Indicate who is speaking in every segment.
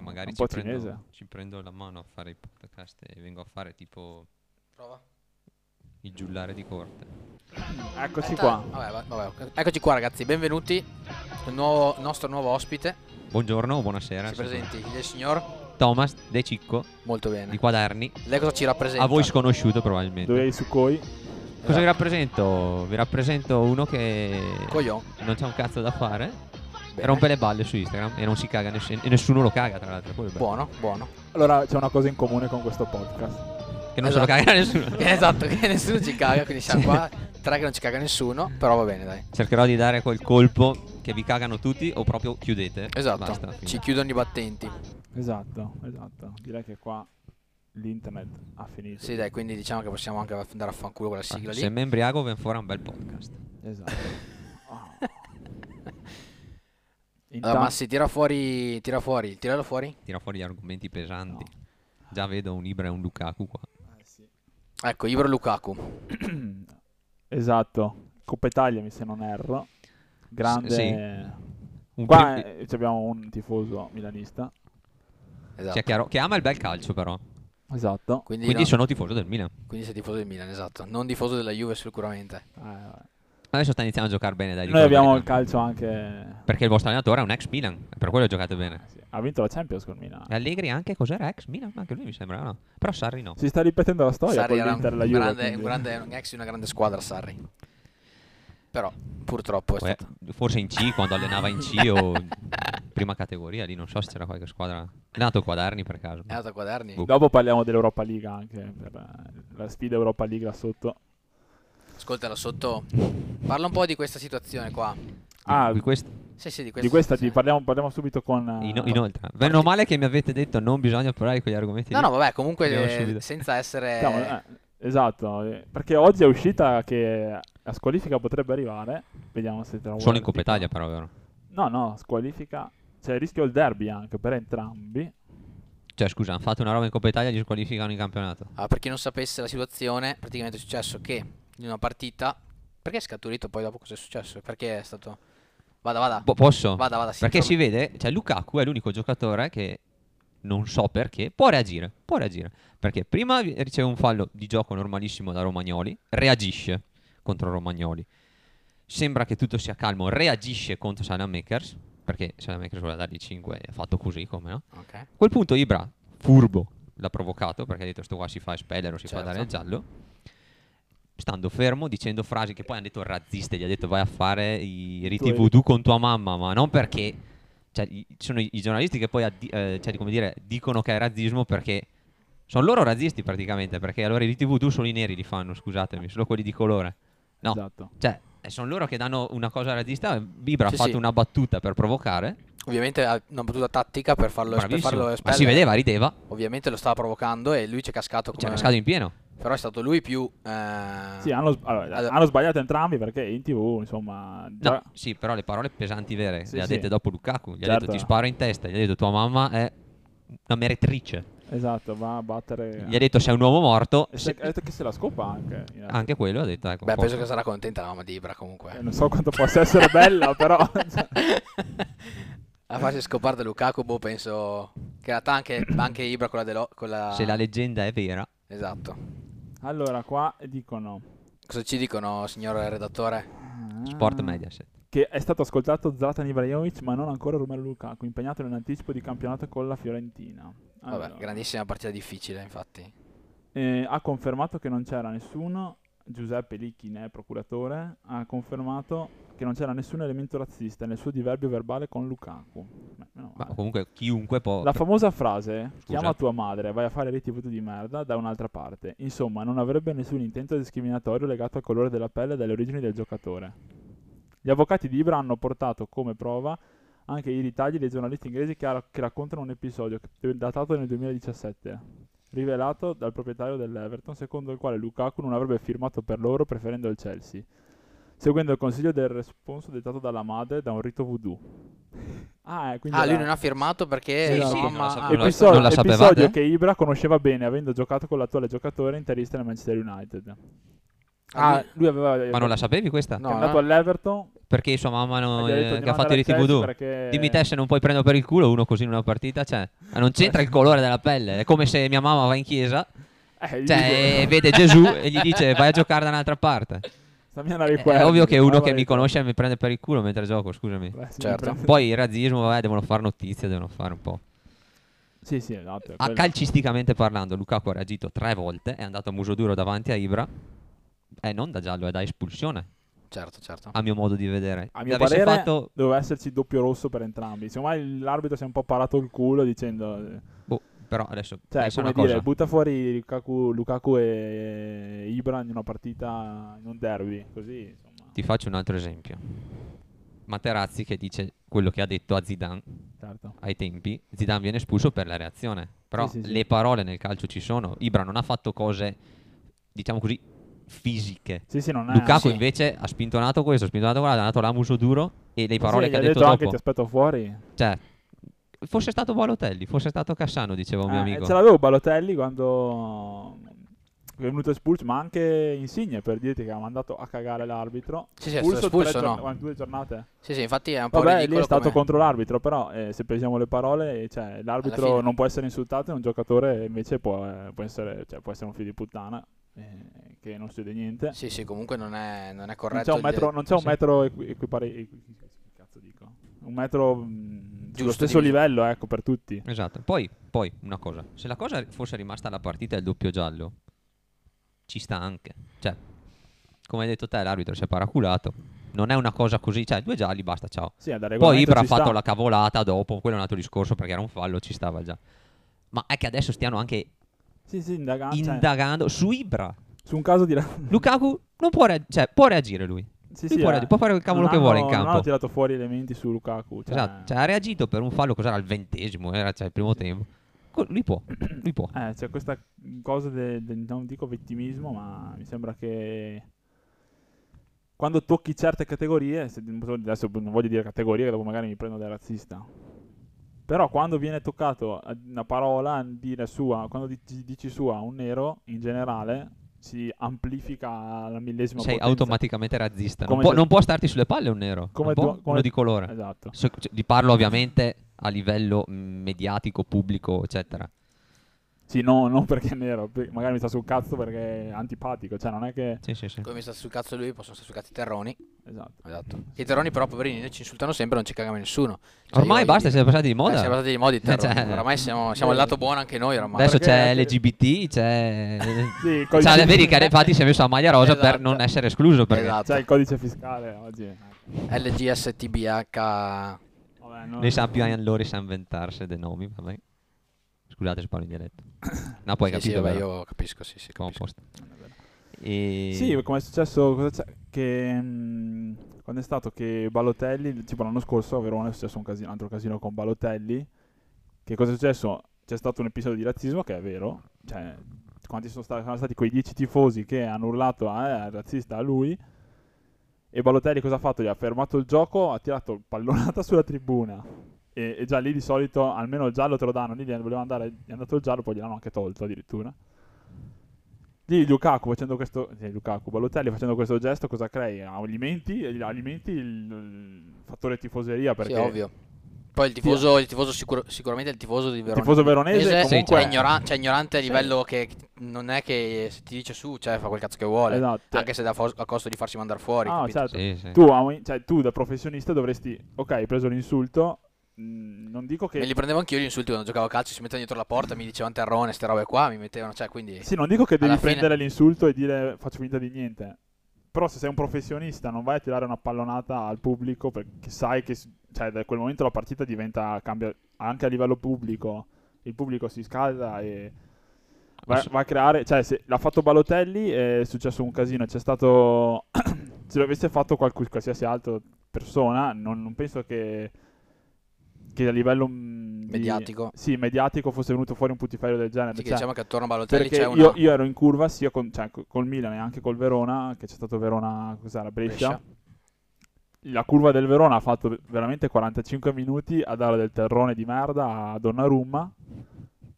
Speaker 1: magari ci
Speaker 2: Mm, Un po'
Speaker 1: prendo,
Speaker 2: cinese.
Speaker 1: ci prendo la mano a fare i podcast e vengo a fare tipo
Speaker 3: Prova.
Speaker 1: il giullare di corte.
Speaker 2: Eccoci
Speaker 3: Aspetta.
Speaker 2: qua.
Speaker 3: Vabbè, va- vabbè, ok. Eccoci qua ragazzi, benvenuti. Il nuovo- nostro nuovo ospite.
Speaker 1: Buongiorno, buonasera.
Speaker 3: si
Speaker 1: sono
Speaker 3: presenti il signor.
Speaker 1: Thomas De Cicco
Speaker 3: Molto
Speaker 1: di
Speaker 3: bene.
Speaker 1: Quaderni,
Speaker 3: Lei cosa ci rappresenta?
Speaker 1: a voi sconosciuto probabilmente.
Speaker 2: Dove i succoi?
Speaker 1: Cosa vi rappresento? Vi rappresento uno che
Speaker 3: Coglion.
Speaker 1: non c'ha un cazzo da fare,
Speaker 3: Bene.
Speaker 1: rompe le balle su Instagram e non si caga ness- e nessuno lo caga tra l'altro. quello è il bello.
Speaker 3: Buono, buono.
Speaker 2: Allora c'è una cosa in comune con questo podcast.
Speaker 1: Che non se
Speaker 3: Esatto.
Speaker 1: lo caga nessuno.
Speaker 3: esatto, che nessuno ci caga, quindi siamo
Speaker 1: Sì.
Speaker 3: qua. Tre che non ci caga nessuno, però va bene dai.
Speaker 1: Cercherò di dare quel colpo che vi cagano tutti o proprio chiudete.
Speaker 3: Esatto,
Speaker 1: Basta,
Speaker 3: ci
Speaker 1: fine.
Speaker 3: chiudono i battenti.
Speaker 2: Esatto, esatto. Direi che qua l'internet ha finito.
Speaker 3: Sì dai, quindi diciamo che possiamo anche andare a fanculo quella sigla
Speaker 1: Ah, Se
Speaker 3: lì.
Speaker 1: mi embriago ven fuori un bel podcast.
Speaker 2: Esatto. Oh.
Speaker 3: Allora,
Speaker 2: Intanto-
Speaker 3: Massi, tira fuori, tira fuori, tiralo fuori.
Speaker 1: Tira fuori gli argomenti pesanti.
Speaker 2: No.
Speaker 1: Già vedo un Ibra e un Lukaku qua.
Speaker 2: Eh, sì.
Speaker 3: Ecco, Ibro Lukaku.
Speaker 2: esatto. Coppa Italia, mi se non erro. Grande.
Speaker 1: S- Un
Speaker 2: Qua
Speaker 1: prim-
Speaker 2: eh, abbiamo un tifoso milanista.
Speaker 3: Esatto.
Speaker 1: cioè, chiaro, che ama il bel calcio però.
Speaker 2: Esatto.
Speaker 3: Quindi,
Speaker 1: Quindi
Speaker 3: no,
Speaker 1: sono tifoso del Milan.
Speaker 3: quindi sei tifoso del Milan, esatto. Non tifoso della Juve sicuramente.
Speaker 2: Eh, vabbè.
Speaker 1: Adesso sta iniziando a giocare bene dai. dico la
Speaker 2: Noi abbiamo il
Speaker 1: verità.
Speaker 2: calcio anche.
Speaker 1: Perché il vostro allenatore è un ex Milan. e Per quello giocate bene.
Speaker 2: Eh, sì. Ha vinto la Champions con Milan.
Speaker 1: E Allegri anche cos'era ex Milan? Anche lui mi sembra, no? Però Sarri no.
Speaker 2: Si sta ripetendo la storia
Speaker 3: Sarri
Speaker 2: con
Speaker 3: era un,
Speaker 2: l'Inter e la Juve.
Speaker 3: grande,
Speaker 2: quindi-
Speaker 3: un grande- un ex di una grande squadra, Sarri. Però, purtroppo è
Speaker 1: Poi,
Speaker 3: stato.
Speaker 1: forse in C, quando allenava in C o in prima categoria, lì non so se c'era qualche squadra. È nato Quaderni per caso.
Speaker 3: È andato a quaderni.
Speaker 1: Boh.
Speaker 2: Dopo parliamo dell'Europa League anche. Per eh, la sfida Europa League là sotto.
Speaker 3: Ascolta là sotto. Parla un po' di questa situazione qua.
Speaker 2: Ah,
Speaker 1: Qui quest-
Speaker 3: Sì, sì, di questa.
Speaker 2: Di questa ti
Speaker 3: situazione.
Speaker 2: parliamo, parliamo subito con. eh,
Speaker 1: ino- inoltre, meno male che mi avete detto non bisogna parlare con gli argomenti.
Speaker 3: No,
Speaker 1: lì.
Speaker 3: no, vabbè, comunque
Speaker 1: Andiamo
Speaker 3: eh,
Speaker 1: subito.
Speaker 3: senza essere
Speaker 2: Siamo- eh, esatto, eh, perché oggi è uscita che la squalifica potrebbe arrivare. Vediamo se te la
Speaker 1: Solo
Speaker 2: vuoi
Speaker 1: in Coppa Italia, però, vero?
Speaker 2: No, no, squalifica. C'è il rischio il derby anche per entrambi.
Speaker 1: Cioè, scusa, hanno fatto una roba in Coppa Italia e gli squalificano in campionato.
Speaker 3: Ah, per chi non sapesse la situazione, praticamente è successo che in una partita. Perché è scaturito poi dopo cosa è successo? Perché è stato. Vada, vada.
Speaker 1: Po- posso?
Speaker 3: Vada, vada. sì,
Speaker 1: Boh. perché si
Speaker 3: insomma.
Speaker 1: vede, cioè, Lukaku è l'unico giocatore che non so perché può reagire. Può reagire perché prima vi- riceve un fallo di gioco normalissimo da Romagnoli, reagisce contro Romagnoli. Sembra che tutto sia calmo, reagisce contro Salamakers perché Salamakers vuole dargli 5 e ha fatto così come no.
Speaker 3: Ok.
Speaker 1: A quel punto Ibra, furbo, l'ha provocato perché ha detto sto qua si fa espellere o si
Speaker 3: Certo.
Speaker 1: fa dare il giallo. Stando fermo, dicendo frasi che poi hanno detto razziste, gli ha detto vai a fare i riti
Speaker 2: Tuoi-
Speaker 1: voodoo con tua mamma, ma non perché... Cioè, i- ci sono i, i giornalisti che poi addi- eh, cioè, come dire, dicono che è razzismo perché... Sono loro razzisti praticamente, perché allora i riti voodoo solo i neri li fanno, scusatemi, solo quelli di colore. No,
Speaker 2: Esatto.
Speaker 1: cioè, eh, sono loro che danno una cosa razzista. Ibra
Speaker 3: Sì,
Speaker 1: ha fatto
Speaker 3: sì.
Speaker 1: una battuta per provocare.
Speaker 3: Ovviamente ha una battuta tattica per farlo, per
Speaker 1: bravissimo.
Speaker 3: farlo
Speaker 1: ma
Speaker 3: espellere.
Speaker 1: si vedeva, rideva.
Speaker 3: Ovviamente lo stava provocando e lui ci è cascato.
Speaker 1: Cioè,
Speaker 3: Come...
Speaker 1: è cascato in pieno.
Speaker 3: Però è stato lui più. eh,
Speaker 2: Sì, hanno, s- allora,
Speaker 3: Allora-
Speaker 2: hanno sbagliato entrambi perché in tv, insomma...
Speaker 1: No,
Speaker 2: già-
Speaker 1: sì, però le parole pesanti vere
Speaker 2: Sì,
Speaker 1: le ha
Speaker 2: sì.
Speaker 1: dette dopo Lukaku. Gli ha
Speaker 2: Certo.
Speaker 1: detto ti sparo in testa, gli ha detto tua mamma è una meretrice.
Speaker 2: Esatto, va a battere...
Speaker 1: Gli ha detto sei un uomo morto.
Speaker 2: E
Speaker 1: Se-
Speaker 2: se- ha detto che se la scopa anche. in realtà.
Speaker 1: Anche quello ha detto ecco.
Speaker 3: Beh, penso
Speaker 1: posso.
Speaker 3: che sarà contenta la mamma di Ibra
Speaker 2: Eh,
Speaker 3: comunque.
Speaker 2: non so quanto possa essere bella, però...
Speaker 3: La fase scoparta Lukaku, boh, penso. Che in realtà anche, anche Ibra con la. Delo- con la-
Speaker 1: Se la leggenda è
Speaker 2: Ah.
Speaker 1: vera,
Speaker 3: Esatto.
Speaker 2: Allora, qua dicono...
Speaker 3: Cosa ci dicono, signor redattore?
Speaker 1: Sport
Speaker 2: ah,
Speaker 1: Mediaset.
Speaker 2: Che è stato ascoltato Zlatan Ibrahimovic, ma non ancora Romelu Lukaku, impegnato nell'anticipo di campionato con la Fiorentina.
Speaker 3: Vabbè,
Speaker 2: Allora,
Speaker 3: grandissima partita difficile, infatti.
Speaker 2: eh, ha confermato che non c'era nessuno... Giuseppe Licchi ne è procuratore, ha confermato che non c'era nessun elemento razzista nel suo diverbio verbale con Lukaku. Beh, meno
Speaker 1: Ma
Speaker 2: male.
Speaker 1: comunque chiunque può...
Speaker 2: La famosa frase chiama tua madre, vai a fare reti voodoo di merda da un'altra parte. Insomma, non avrebbe nessun intento discriminatorio legato al colore della pelle e dalle origini del giocatore. Gli avvocati di Ibra hanno portato come prova anche i ritagli dei giornalisti inglesi che, ha- che raccontano un episodio che- eh, datato nel 2017, rivelato dal proprietario dell'Everton, secondo il quale Lukaku non avrebbe firmato per loro preferendo il Chelsea, seguendo il consiglio del responso dettato dalla madre da un rito voodoo. Ah, eh, quindi
Speaker 3: Ah,
Speaker 2: era-
Speaker 3: lui non ha firmato perché
Speaker 2: Sì,
Speaker 3: la
Speaker 2: sì,
Speaker 1: non la
Speaker 3: mamma.
Speaker 1: sapevo.
Speaker 3: ah,
Speaker 1: Non la-
Speaker 2: Episodio,
Speaker 1: non la sapevate?
Speaker 2: episodio che Ibra conosceva bene avendo giocato con l'attuale giocatore interista nel Manchester United. Ah, lui aveva.
Speaker 1: Ma non la sapevi questa?
Speaker 2: È
Speaker 3: No.
Speaker 2: andato all'Everton.
Speaker 1: Perché sua mamma
Speaker 2: e
Speaker 1: non,
Speaker 2: gli ha detto
Speaker 1: eh,
Speaker 2: di
Speaker 1: che ha
Speaker 2: mandare
Speaker 1: fatto i
Speaker 2: al Chelsea
Speaker 1: TVD.
Speaker 2: perché-
Speaker 1: Dimmi te se non puoi prendere per il culo uno così in una partita, cioè, ma non c'entra il colore della pelle, è come se mia mamma va in chiesa,
Speaker 2: Eh, gli
Speaker 1: cioè,
Speaker 2: dico-
Speaker 1: e vede Gesù e gli dice vai a giocare da un'altra parte.
Speaker 2: Stammiana
Speaker 1: È,
Speaker 2: Riquelme,
Speaker 1: ovvio che uno
Speaker 2: brava
Speaker 1: che mi
Speaker 2: Riquelme.
Speaker 1: conosce mi prende per il culo mentre gioco, scusami.
Speaker 2: Beh, sì,
Speaker 3: Certo.
Speaker 2: prende-
Speaker 1: Poi il razzismo, vabbè, devono fare notizia, devono fare un po'.
Speaker 2: Sì, sì, esatto.
Speaker 1: Ah,
Speaker 2: quello.
Speaker 1: calcisticamente parlando, Lukaku ha reagito tre volte, è andato a muso duro davanti a Ibra. Eh, non da giallo, è da espulsione,
Speaker 3: Certo, certo.
Speaker 1: a mio modo di vedere.
Speaker 2: A mio
Speaker 1: L'avesse
Speaker 2: parere
Speaker 1: fatto
Speaker 2: doveva esserci doppio rosso per entrambi. Insomma, l'arbitro si è un po' parato il culo dicendo...
Speaker 1: Boh, però adesso
Speaker 2: Cioè,
Speaker 1: pensa
Speaker 2: come
Speaker 1: una
Speaker 2: dire,
Speaker 1: cosa.
Speaker 2: butta fuori Lukaku, Lukaku e Ibra in una partita, in un derby, così, insomma.
Speaker 1: Ti faccio un altro esempio. Materazzi che dice quello che ha detto a Zidane
Speaker 2: Certo.
Speaker 1: ai tempi. Zidane viene espulso per la reazione. Però
Speaker 2: Sì, sì, sì.
Speaker 1: le parole nel calcio ci sono. Ibra non ha fatto cose, diciamo così, fisiche.
Speaker 2: Sì, sì, non è...
Speaker 1: Lukaku
Speaker 3: sì.
Speaker 1: invece ha spintonato questo, ha spintonato quello, ha dato là muso duro e le
Speaker 2: Sì,
Speaker 1: parole
Speaker 2: gli
Speaker 1: che ha
Speaker 2: ha
Speaker 1: detto,
Speaker 2: detto, anche ti
Speaker 1: dopo.
Speaker 2: aspetto fuori.
Speaker 1: Cioè, fosse stato Balotelli, fosse stato Cassano, diceva un mio
Speaker 2: Eh,
Speaker 1: amico.
Speaker 2: Ce l'avevo Balotelli quando è venuto espulso, ma anche Insigne per dirti che ha mandato a cagare l'arbitro.
Speaker 3: Sì, sì, è stato
Speaker 2: tre
Speaker 3: espulso,
Speaker 2: giorn-
Speaker 3: no?
Speaker 2: due giornate.
Speaker 3: Sì, sì, infatti è un po'
Speaker 2: Vabbè, lì
Speaker 3: ridicolo
Speaker 2: è stato
Speaker 3: come-
Speaker 2: contro l'arbitro, però eh, se pensiamo le parole, cioè,
Speaker 3: Alla
Speaker 2: l'arbitro
Speaker 3: fine.
Speaker 2: non può essere insultato e un giocatore invece può, eh, può essere, cioè, può essere un figlio di puttana eh, che non studia niente.
Speaker 3: Sì, sì, comunque non è, non è
Speaker 2: non
Speaker 3: corretto.
Speaker 2: c'è un
Speaker 3: il-
Speaker 2: metro, non c'è un
Speaker 1: sì.
Speaker 2: metro equi- equipare- equi- cazzo dico? Un metro mh, sullo
Speaker 3: Giusto,
Speaker 2: stesso
Speaker 3: diviso.
Speaker 2: livello, ecco, per tutti.
Speaker 1: Esatto. Poi, poi, una cosa, se la cosa fosse rimasta alla partita del doppio giallo, ci sta anche. Cioè, come hai detto te, l'arbitro si è paraculato. Non è una cosa così, cioè, due gialli, basta, ciao.
Speaker 2: Sì, da
Speaker 1: Poi
Speaker 2: regolamento
Speaker 1: Ibra ha
Speaker 2: ci
Speaker 1: fatto
Speaker 2: sta.
Speaker 1: la cavolata dopo, quello è un altro discorso perché era un fallo, ci stava già. Ma è che adesso stiano anche
Speaker 2: Sì, sì, indaga- cioè,
Speaker 1: indagando su Ibra.
Speaker 2: su un caso di...
Speaker 1: Lukaku non può, reag- cioè, può reagire lui.
Speaker 2: Sì, eh.
Speaker 1: può reagire, può fare quel cavolo
Speaker 2: non
Speaker 1: che vuole in
Speaker 2: hanno- Non
Speaker 1: campo.
Speaker 2: hanno tirato fuori elementi su Lukaku. Cioè,
Speaker 1: Esatto, cioè, ha reagito per un fallo, cos'era il ventesimo, era cioè, il primo tempo. Co- Lui può, lui può.
Speaker 2: Eh, c'è questa cosa del, del- non dico vittimismo, ma mi sembra che quando tocchi certe categorie, se- adesso non voglio dire categorie, che dopo magari mi prendo da razzista. Però quando viene toccato eh, una parola, dire sua, quando dici, dici sua a un nero, in generale, si amplifica alla millesima
Speaker 1: Sei
Speaker 2: potenza.
Speaker 1: automaticamente razzista. Non
Speaker 2: Come
Speaker 1: può,
Speaker 2: se-
Speaker 1: non può starti sulle palle un nero.
Speaker 2: Come
Speaker 1: non può,
Speaker 2: tu- come-
Speaker 1: uno di colore.
Speaker 2: Esatto.
Speaker 1: So- cioè, Di parlo ovviamente a livello mh, mediatico, pubblico, eccetera.
Speaker 2: Sì, no, non perché è nero, pe- magari mi sta sul cazzo perché è antipatico, cioè non è che...
Speaker 1: Sì, sì, sì.
Speaker 3: Come mi sta sul cazzo lui, possono stare sul cazzo i terroni.
Speaker 2: Esatto.
Speaker 3: Esatto. Che i terroni però, poverini, noi ci insultano sempre, non ci cagano nessuno. Cioè,
Speaker 1: Ormai
Speaker 3: io-
Speaker 1: basta,
Speaker 3: io-
Speaker 1: siete passati di
Speaker 3: Eh,
Speaker 1: moda.
Speaker 3: siamo passati di modi,
Speaker 1: Eh,
Speaker 3: terroni.
Speaker 1: cioè-
Speaker 3: Ormai siamo, siamo al lato buono anche noi ormai.
Speaker 1: Adesso c'è
Speaker 2: perché-
Speaker 1: LGBT, c'è...
Speaker 2: Sì, col-
Speaker 1: cioè, vedi che infatti si è messo la maglia rosa per
Speaker 3: Esatto.
Speaker 1: non essere escluso. Perché
Speaker 3: Esatto.
Speaker 2: C'è Cioè, il codice fiscale oggi.
Speaker 3: LGSTBH.
Speaker 2: Vabbè, non-
Speaker 1: ne sa più allora sa inventarsi dei nomi. Vabbè. Scusate se parlo in dialetto. No, poi
Speaker 3: Sì, sì,
Speaker 1: capito,
Speaker 3: vabbè,
Speaker 1: vero?
Speaker 3: io capisco, sì, sì,
Speaker 1: Come
Speaker 3: capisco.
Speaker 1: posto. E...
Speaker 2: Sì, come è successo cosa c'è? che mm, quando è stato che Balotelli, tipo l'anno scorso a Verona è successo un, casino, un altro casino con Balotelli, che cosa è successo? C'è stato un episodio di razzismo che è vero, cioè quanti sono stati, sono stati quei dieci tifosi che hanno urlato a eh, razzista a lui e Balotelli cosa ha fatto? Gli ha fermato il gioco, ha tirato il pallonata sulla tribuna e, e già lì di solito almeno il giallo te lo danno, lì gli voleva andare, gli è andato il giallo, poi gliel'hanno anche tolto addirittura. Lì Lukaku facendo questo sì, Lukaku Balotelli facendo questo gesto cosa crei? Alimenti, alimenti il, il fattore tifoseria perché
Speaker 3: Sì, ovvio. Poi il tifoso, il tifoso sicuro- sicuramente il tifoso di
Speaker 2: il
Speaker 3: Verona.
Speaker 2: tifoso veronese
Speaker 3: Ese-
Speaker 1: Sì,
Speaker 2: comunque
Speaker 1: cioè,
Speaker 3: è, ignoran- cioè, ignorante a
Speaker 2: Sì.
Speaker 3: livello che non è che se ti dice su, cioè fa quel cazzo che vuole.
Speaker 2: Esatto.
Speaker 3: Anche se da fo- a costo di farsi mandare fuori.
Speaker 2: Ah,
Speaker 3: capito?
Speaker 2: certo.
Speaker 1: Sì, sì.
Speaker 2: Tu, a un- cioè, tu da professionista dovresti ok, hai preso l'insulto, mh, non dico che
Speaker 3: Me li prendevo anch'io gli insulti quando giocavo a calcio, si mettevano dietro la porta, mi dicevano terrone, ste robe qua, mi mettevano, cioè quindi...
Speaker 2: Sì, non dico che devi
Speaker 3: Alla fine-
Speaker 2: prendere l'insulto e dire faccio finta di niente. Però se sei un professionista non vai a tirare una pallonata al pubblico perché sai che s- cioè, da quel momento la partita diventa cambia anche a livello pubblico. Il pubblico si scalda e va,
Speaker 1: Ass-
Speaker 2: va a creare, cioè se l'ha fatto Balotelli è successo un casino, c'è stato se l'avesse fatto qualcun- qualsiasi altra persona, non, non penso che che a livello mh, di-
Speaker 3: Mediatico.
Speaker 2: sì, mediatico fosse venuto fuori un putiferio del genere.
Speaker 3: Sì, che
Speaker 2: cioè-
Speaker 3: diciamo che attorno a Balotelli
Speaker 2: perché
Speaker 3: c'è una...
Speaker 2: io, io ero in curva sia con, cioè, co- col Milan e anche col Verona, che c'è stato Verona, cos'era, Brescia.
Speaker 3: Brescia.
Speaker 2: La curva del Verona ha fatto veramente 45 minuti a dare del terrone di merda a Donnarumma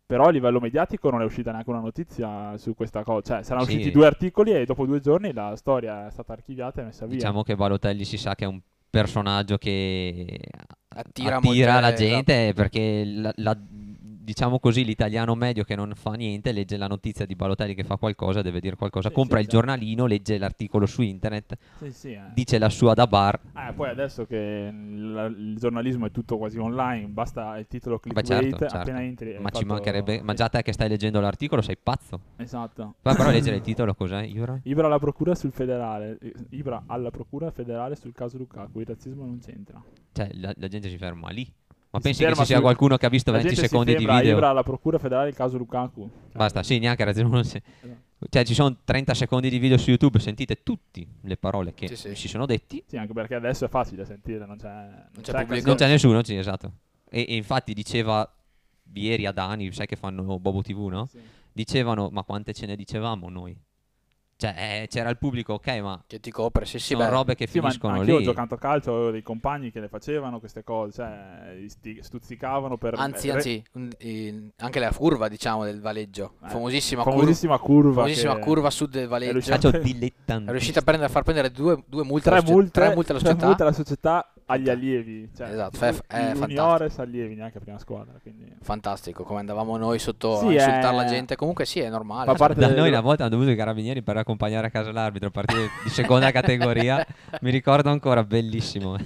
Speaker 2: Però a livello mediatico non è uscita neanche una notizia su questa cosa. Cioè, saranno
Speaker 1: Sì.
Speaker 2: usciti due articoli e dopo due giorni la storia è stata archiviata e messa via.
Speaker 1: Diciamo che Balotelli si sa che è un personaggio che
Speaker 3: Attira
Speaker 1: attira,
Speaker 3: molte-
Speaker 1: la gente perché la- la- diciamo così l'italiano medio che non fa niente legge la notizia di Balotelli che fa qualcosa, deve dire qualcosa,
Speaker 2: Sì,
Speaker 1: compra
Speaker 2: sì,
Speaker 1: il
Speaker 2: esatto.
Speaker 1: giornalino, legge l'articolo su internet,
Speaker 2: Sì, sì, eh.
Speaker 1: dice la sua da bar.
Speaker 2: Eh, poi adesso che la- il giornalismo è tutto quasi online, basta il titolo
Speaker 1: Beh,
Speaker 2: clickbait,
Speaker 1: certo, certo.
Speaker 2: appena entri è
Speaker 1: ma ci
Speaker 2: fatto-
Speaker 1: mancherebbe, ma
Speaker 2: sì,
Speaker 1: già te che stai leggendo l'articolo sei pazzo.
Speaker 2: Esatto.
Speaker 1: Vai però a leggere il titolo cos'è, Ibra?
Speaker 2: Ibra alla procura sul federale. eh, Ibra alla procura federale sul caso Lukaku, il razzismo non c'entra.
Speaker 1: Cioè la, la gente si ferma lì. Ma
Speaker 2: Si
Speaker 1: pensi che
Speaker 2: ferma
Speaker 1: ci sia
Speaker 2: sul-
Speaker 1: qualcuno che ha visto
Speaker 2: La
Speaker 1: 20
Speaker 2: gente si
Speaker 1: secondi di
Speaker 2: sembra a
Speaker 1: video?
Speaker 2: Ibra alla procura federale il caso Lukaku. Cioè,
Speaker 1: Basta, sì, neanche ragione. non si-
Speaker 2: Esatto.
Speaker 1: Cioè, ci sono 30 secondi di video su YouTube, sentite tutte le parole che
Speaker 3: Sì, sì.
Speaker 1: si sono detti.
Speaker 2: Sì, anche perché adesso è facile sentire, non c'è, non c'è
Speaker 3: c'è pubblico.
Speaker 1: Non
Speaker 2: occasione.
Speaker 1: c'è nessuno, sì, esatto. E, e infatti diceva ieri a Dani, sai che fanno Bobo TV, no?
Speaker 2: Sì.
Speaker 1: Dicevano, ma quante ce ne dicevamo noi? Cioè, eh, c'era il pubblico, ok, ma
Speaker 3: Che ti copre, sì, sì,
Speaker 1: sono
Speaker 3: beh.
Speaker 1: robe che
Speaker 2: Sì, ma
Speaker 1: finiscono
Speaker 2: anche
Speaker 1: lì.
Speaker 2: io giocando a calcio avevo dei compagni che le facevano queste cose, cioè sti- stuzzicavano per...
Speaker 3: Anzi,
Speaker 2: re-
Speaker 3: anzi, un- in- anche la curva, diciamo, del Valeggio.
Speaker 2: Eh,
Speaker 3: famosissima curva,
Speaker 2: famosissima curva.
Speaker 3: famosissima
Speaker 2: che-
Speaker 3: curva sud del Valeggio.
Speaker 2: riuscita-
Speaker 1: Calcio
Speaker 3: È
Speaker 1: dilettante.
Speaker 3: riuscita a, prendere- a far prendere due, due multe alla
Speaker 2: Tre
Speaker 3: socie-
Speaker 2: multe,
Speaker 3: tre multe alla
Speaker 2: tre
Speaker 3: società.
Speaker 2: multe alla società agli allievi. Cioè,
Speaker 3: Esatto, fa- è fantastico. Ah,
Speaker 2: Juniores, allievi, neanche prima squadra. Quindi...
Speaker 3: Fantastico, come andavamo noi sotto
Speaker 2: Sì,
Speaker 3: a insultare
Speaker 2: eh,
Speaker 3: la gente. Comunque sì, è normale.
Speaker 2: fa
Speaker 3: cioè,
Speaker 2: parte
Speaker 1: da
Speaker 2: del-
Speaker 1: noi una volta hanno dovuto i carabinieri per accompagnare a casa l'arbitro, partite di seconda categoria. Mi ricordo ancora, bellissimo.
Speaker 3: Ah.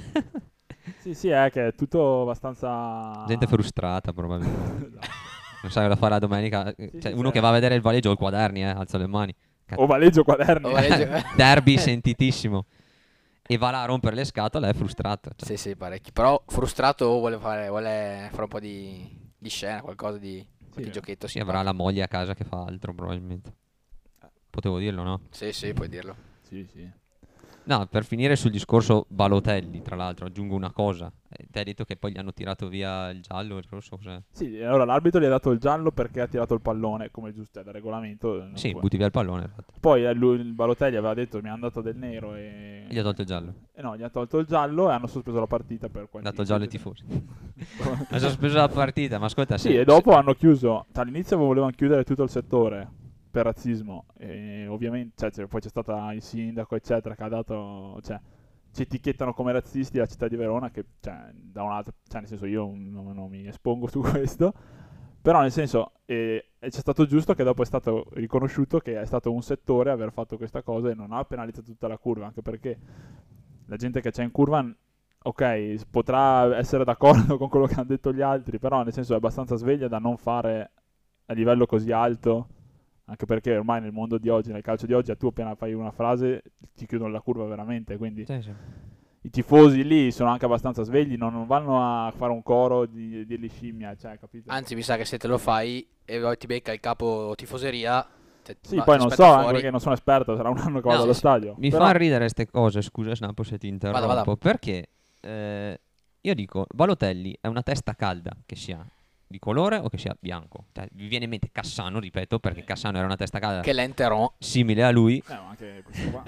Speaker 2: Sì, sì, è che è tutto abbastanza...
Speaker 1: Gente frustrata, probabilmente. Non sai cosa fare la domenica. eh,
Speaker 2: Sì,
Speaker 1: cioè,
Speaker 2: sì,
Speaker 1: uno
Speaker 2: sì.
Speaker 1: che va a vedere il valeggio o il quaderni, eh, alza le mani.
Speaker 2: o Valeggio Quaderni.
Speaker 3: O Valeggio- eh.
Speaker 1: Derby sentitissimo. E va là a rompere le scatole, è frustrato. cioè.
Speaker 3: Sì, sì, parecchi. Però frustrato o vuole fare, vuole fare un po' di, di scena, qualcosa di qualche
Speaker 2: eh.
Speaker 3: giochetto.
Speaker 1: Sì, avrà la moglie a casa che fa altro, probabilmente. Potevo dirlo, no?
Speaker 3: Sì, sì, puoi dirlo.
Speaker 2: eh. Sì, sì.
Speaker 1: No, per finire sul discorso Balotelli, tra l'altro, aggiungo una cosa. Eh, Ti hai detto che poi gli hanno tirato via il giallo, il rosso, cos'è?
Speaker 2: Sì, allora l'arbitro gli ha dato il giallo perché ha tirato il pallone, come giusto è da regolamento. non
Speaker 1: Sì,
Speaker 2: può-
Speaker 1: butti via il pallone, infatti.
Speaker 2: Poi eh, lui, il Balotelli aveva detto mi hanno dato del nero e...
Speaker 1: E gli ha tolto il giallo.
Speaker 2: Eh no, gli ha tolto il giallo e hanno sospeso la partita per
Speaker 1: Ha
Speaker 2: qualche...
Speaker 1: dato il giallo ai tifosi. ha sospeso la partita, ma ascolta, se-
Speaker 2: Sì, e dopo hanno chiuso. cioè, All'inizio volevano chiudere tutto il settore per razzismo. E ovviamente, cioè, c'è- poi c'è stato il sindaco, eccetera, che ha dato. Cioè, ci etichettano come razzisti la città di Verona. Che, cioè, da un altro. Cioè, nel senso, io non, non mi espongo su questo. Però, nel senso, eh, e c'è stato giusto che dopo è stato riconosciuto che è stato un settore aver fatto questa cosa e non ha penalizzato tutta la curva. Anche perché la gente che c'è in curva ok, s- potrà essere d'accordo con quello che hanno detto gli altri, però nel senso è abbastanza sveglia da non fare a livello così alto, anche perché ormai nel mondo di oggi, nel calcio di oggi, tu appena fai una frase ti chiudono la curva veramente, quindi
Speaker 1: Sì, sì.
Speaker 2: i tifosi lì sono anche abbastanza svegli, non, non vanno a fare un coro di, di scimmia, cioè, capito?
Speaker 3: Anzi, mi sa che se te lo fai e poi ti becca il capo tifoseria. te-
Speaker 2: sì,
Speaker 3: va-
Speaker 2: poi
Speaker 3: ti
Speaker 2: non so,
Speaker 3: aspetta
Speaker 2: anche
Speaker 3: fuori.
Speaker 2: perché non sono esperto, sarà un anno che
Speaker 3: No,
Speaker 2: vado allo
Speaker 3: sì, sì.
Speaker 2: stadio.
Speaker 1: Mi
Speaker 2: però-
Speaker 1: fa ridere queste cose, scusa Snappo se ti interrompo,
Speaker 3: vada.
Speaker 1: perché eh, io dico, Balotelli è una testa calda, che sia di colore o che sia bianco. Cioè, vi viene in mente Cassano, ripeto, perché Cassano era una testa calda
Speaker 3: Che l'enteron.
Speaker 1: simile a lui.
Speaker 2: Eh, ma anche questo qua.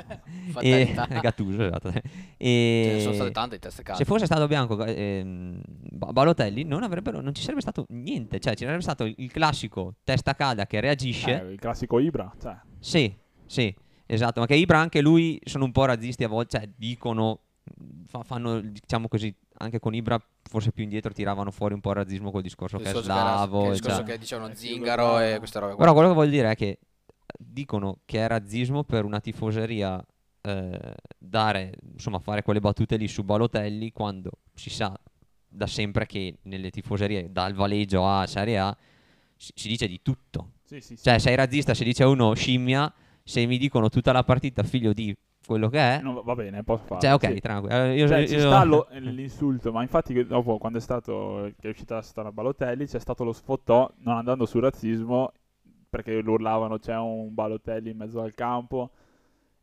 Speaker 1: E...
Speaker 3: Fatalità.
Speaker 1: Gattuso, esatto.
Speaker 3: Ce ne Cioè, sono
Speaker 1: E...
Speaker 3: state tante di teste calde.
Speaker 1: Se fosse stato bianco ehm, Ba- Balotelli non, avrebbero, non ci sarebbe stato niente, cioè ci sarebbe stato il classico testa calda che reagisce
Speaker 2: Eh, il classico Ibra, cioè.
Speaker 1: Sì, sì, esatto. Ma che Ibra anche lui sono un po' razzisti a volte, cioè dicono, fa- fanno, diciamo così, anche con Ibra forse più indietro tiravano fuori un po' il razzismo col discorso
Speaker 3: Il
Speaker 1: che è
Speaker 3: discorso che era-
Speaker 1: slavo.
Speaker 3: che il
Speaker 1: e già.
Speaker 3: discorso che dicevano
Speaker 2: Eh, sì,
Speaker 3: zingaro
Speaker 2: guarda.
Speaker 3: e queste robe qua.
Speaker 1: Però quello che voglio dire è che dicono che è razzismo per una tifoseria eh, dare, insomma, fare quelle battute lì su Balotelli quando si sa da sempre che nelle tifoserie dal Valeggio a Serie A si- si dice di tutto.
Speaker 2: Sì, sì, sì.
Speaker 1: Cioè, sei razzista se dice a uno scimmia, se mi dicono tutta la partita figlio di quello che è,
Speaker 2: No, va bene, posso farlo.
Speaker 1: cioè, ok,
Speaker 2: sì.
Speaker 1: tranquillo. Allora, io-
Speaker 2: Cioè, ci
Speaker 1: io-
Speaker 2: sta lo- l'insulto, ma infatti che dopo quando è stato che è uscita la storia Balotelli c'è stato lo sfottò non andando sul razzismo perché lo urlavano c'è un Balotelli in mezzo al campo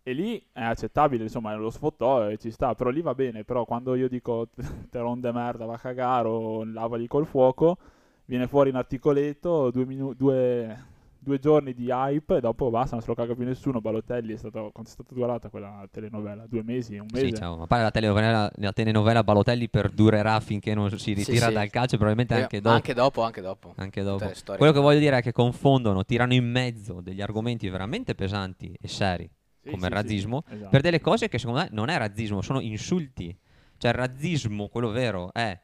Speaker 2: e lì è accettabile, insomma, lo sfottò e ci sta, però lì va bene, però quando io dico te ronde merda, va a cagare o lavali col fuoco, viene fuori un articoletto, due, minu- due, due giorni di hype e dopo basta, non se lo caga più nessuno. Balotelli è stato, quanto è stata durata quella telenovela? Due mesi, un mese?
Speaker 1: Sì, ciao. Ma pare la telenovela, la telenovela Balotelli perdurerà finché non si ritira
Speaker 3: sì.
Speaker 1: dal calcio, probabilmente
Speaker 3: Eh,
Speaker 1: anche
Speaker 3: ma
Speaker 1: dopo.
Speaker 3: Anche dopo, anche dopo.
Speaker 1: Anche
Speaker 3: Tutte
Speaker 1: dopo.
Speaker 3: le storie
Speaker 1: Quello
Speaker 3: che
Speaker 1: che voglio dire è che confondono, tirano in mezzo degli argomenti veramente pesanti e seri
Speaker 2: Sì,
Speaker 1: come
Speaker 2: sì,
Speaker 1: il razzismo
Speaker 2: sì, esatto.
Speaker 1: per delle cose che secondo me non è razzismo, sono insulti. Cioè il razzismo, quello vero, è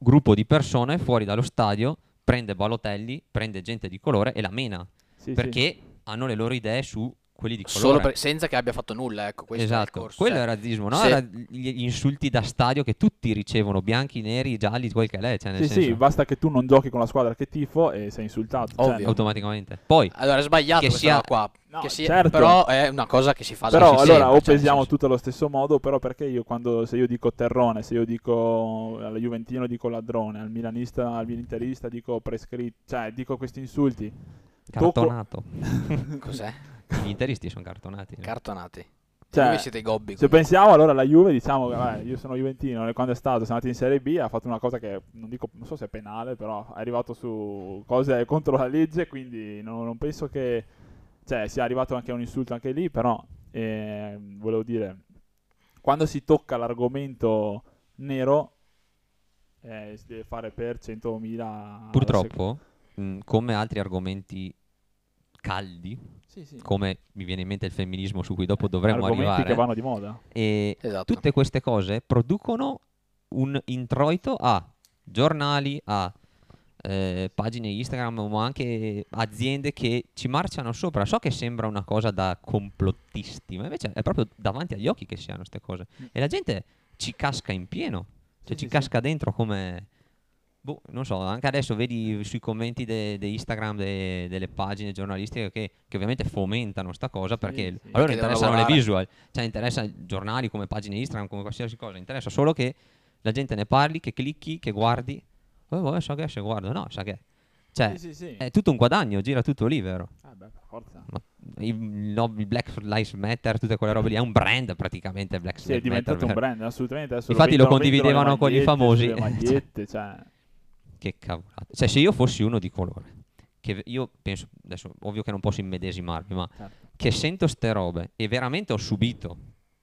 Speaker 1: gruppo di persone fuori dallo stadio, prende balotelli, prende gente di colore e la mena,
Speaker 2: Sì, sì.
Speaker 1: perché hanno le loro idee su quelli di colore.
Speaker 3: Solo per- senza che abbia fatto nulla, ecco, questo è il
Speaker 1: esatto,
Speaker 3: corso,
Speaker 1: quello
Speaker 3: cioè,
Speaker 1: è razzismo, no?
Speaker 3: se-
Speaker 1: Era gli gli insulti da stadio che tutti ricevono, bianchi, neri, gialli, quel che è, cioè nel
Speaker 2: Sì,
Speaker 1: senso,
Speaker 2: sì, basta che tu non giochi con la squadra che tifo e sei insultato. Cioè,
Speaker 3: Ovvio.
Speaker 1: automaticamente. Poi
Speaker 3: Allora, è sbagliato
Speaker 1: Che
Speaker 3: questa
Speaker 1: sia-
Speaker 3: roba qua.
Speaker 2: No,
Speaker 3: Che sia-
Speaker 2: certo.
Speaker 3: Però è una cosa che si fa
Speaker 2: Però
Speaker 3: sul
Speaker 2: allora
Speaker 3: sistema,
Speaker 2: o
Speaker 3: cioè, nel
Speaker 2: pesiamo
Speaker 3: senso-
Speaker 2: tutto allo stesso modo, però perché io quando se io dico terrone, se io dico alla Juventino dico ladrone, al milanista, al milinterista dico prescritto, cioè dico questi insulti. Tocco-
Speaker 1: cartonato.
Speaker 3: Cos'è?
Speaker 1: Gli interisti sono cartonati. eh. no?
Speaker 3: Cartonati.
Speaker 2: Cioè,
Speaker 3: Voi siete i gobbi.
Speaker 2: Se
Speaker 3: comunque.
Speaker 2: pensiamo allora alla Juve, diciamo che vabbè, io sono Juventino, e quando è stato, siamo andati in Serie B, ha fatto una cosa che non dico, non so se è penale, però è arrivato su cose contro la legge, quindi non, non penso che cioè, sia arrivato anche un insulto anche lì, però ehm, volevo dire, quando si tocca l'argomento nero, eh, si deve fare per 100.000... alla
Speaker 3: Ah,
Speaker 1: Purtroppo, mh, come altri argomenti caldi,
Speaker 2: sec- Sì, sì.
Speaker 1: come mi viene in mente il femminismo su cui dopo dovremmo
Speaker 2: argomenti che
Speaker 1: arrivare,
Speaker 2: vanno di moda.
Speaker 1: e
Speaker 3: Esatto.
Speaker 1: tutte queste cose producono un introito a giornali, a eh, pagine Instagram, ma anche aziende che ci marciano sopra. So che sembra una cosa da complottisti, ma invece è proprio davanti agli occhi che si hanno queste cose. E la gente ci casca in pieno,
Speaker 2: Sì,
Speaker 1: cioè
Speaker 2: Mm. sì,
Speaker 1: ci
Speaker 2: sì.
Speaker 1: casca dentro come... Boh, non so, anche adesso vedi sui commenti de, de Instagram de- delle pagine giornalistiche che, che ovviamente fomentano sta cosa perché a
Speaker 2: sì.
Speaker 1: loro
Speaker 3: Perché devono
Speaker 1: interessano le
Speaker 3: lavorare.
Speaker 1: visual, cioè interessa giornali come pagine Instagram, come qualsiasi cosa, interessa solo che la gente ne parli, che clicchi, che guardi. Oh, vabbè, sa che è, se guardo, no, sa che è. Cioè,
Speaker 2: sì, sì, sì.
Speaker 1: è tutto un guadagno, gira tutto lì, vero?
Speaker 2: Ah, beh, per forza.
Speaker 1: Ma il, no, il Black Lives Matter, tutte quelle robe lì, è un brand praticamente Black
Speaker 2: Sì, è
Speaker 1: Lives
Speaker 2: diventato
Speaker 1: Matter.
Speaker 2: un
Speaker 1: vero?
Speaker 2: brand, assolutamente. Adesso
Speaker 1: Infatti lo
Speaker 2: vendono-
Speaker 1: condividevano
Speaker 2: vendono
Speaker 1: con
Speaker 2: le
Speaker 1: i famosi.
Speaker 2: magliette, sulle magliette, cioè.
Speaker 1: Che cavolate. Cioè, se io fossi uno di colore, che ve- io penso, adesso ovvio che non posso immedesimarmi, ma
Speaker 2: Certo.
Speaker 1: che sento ste robe e veramente ho subito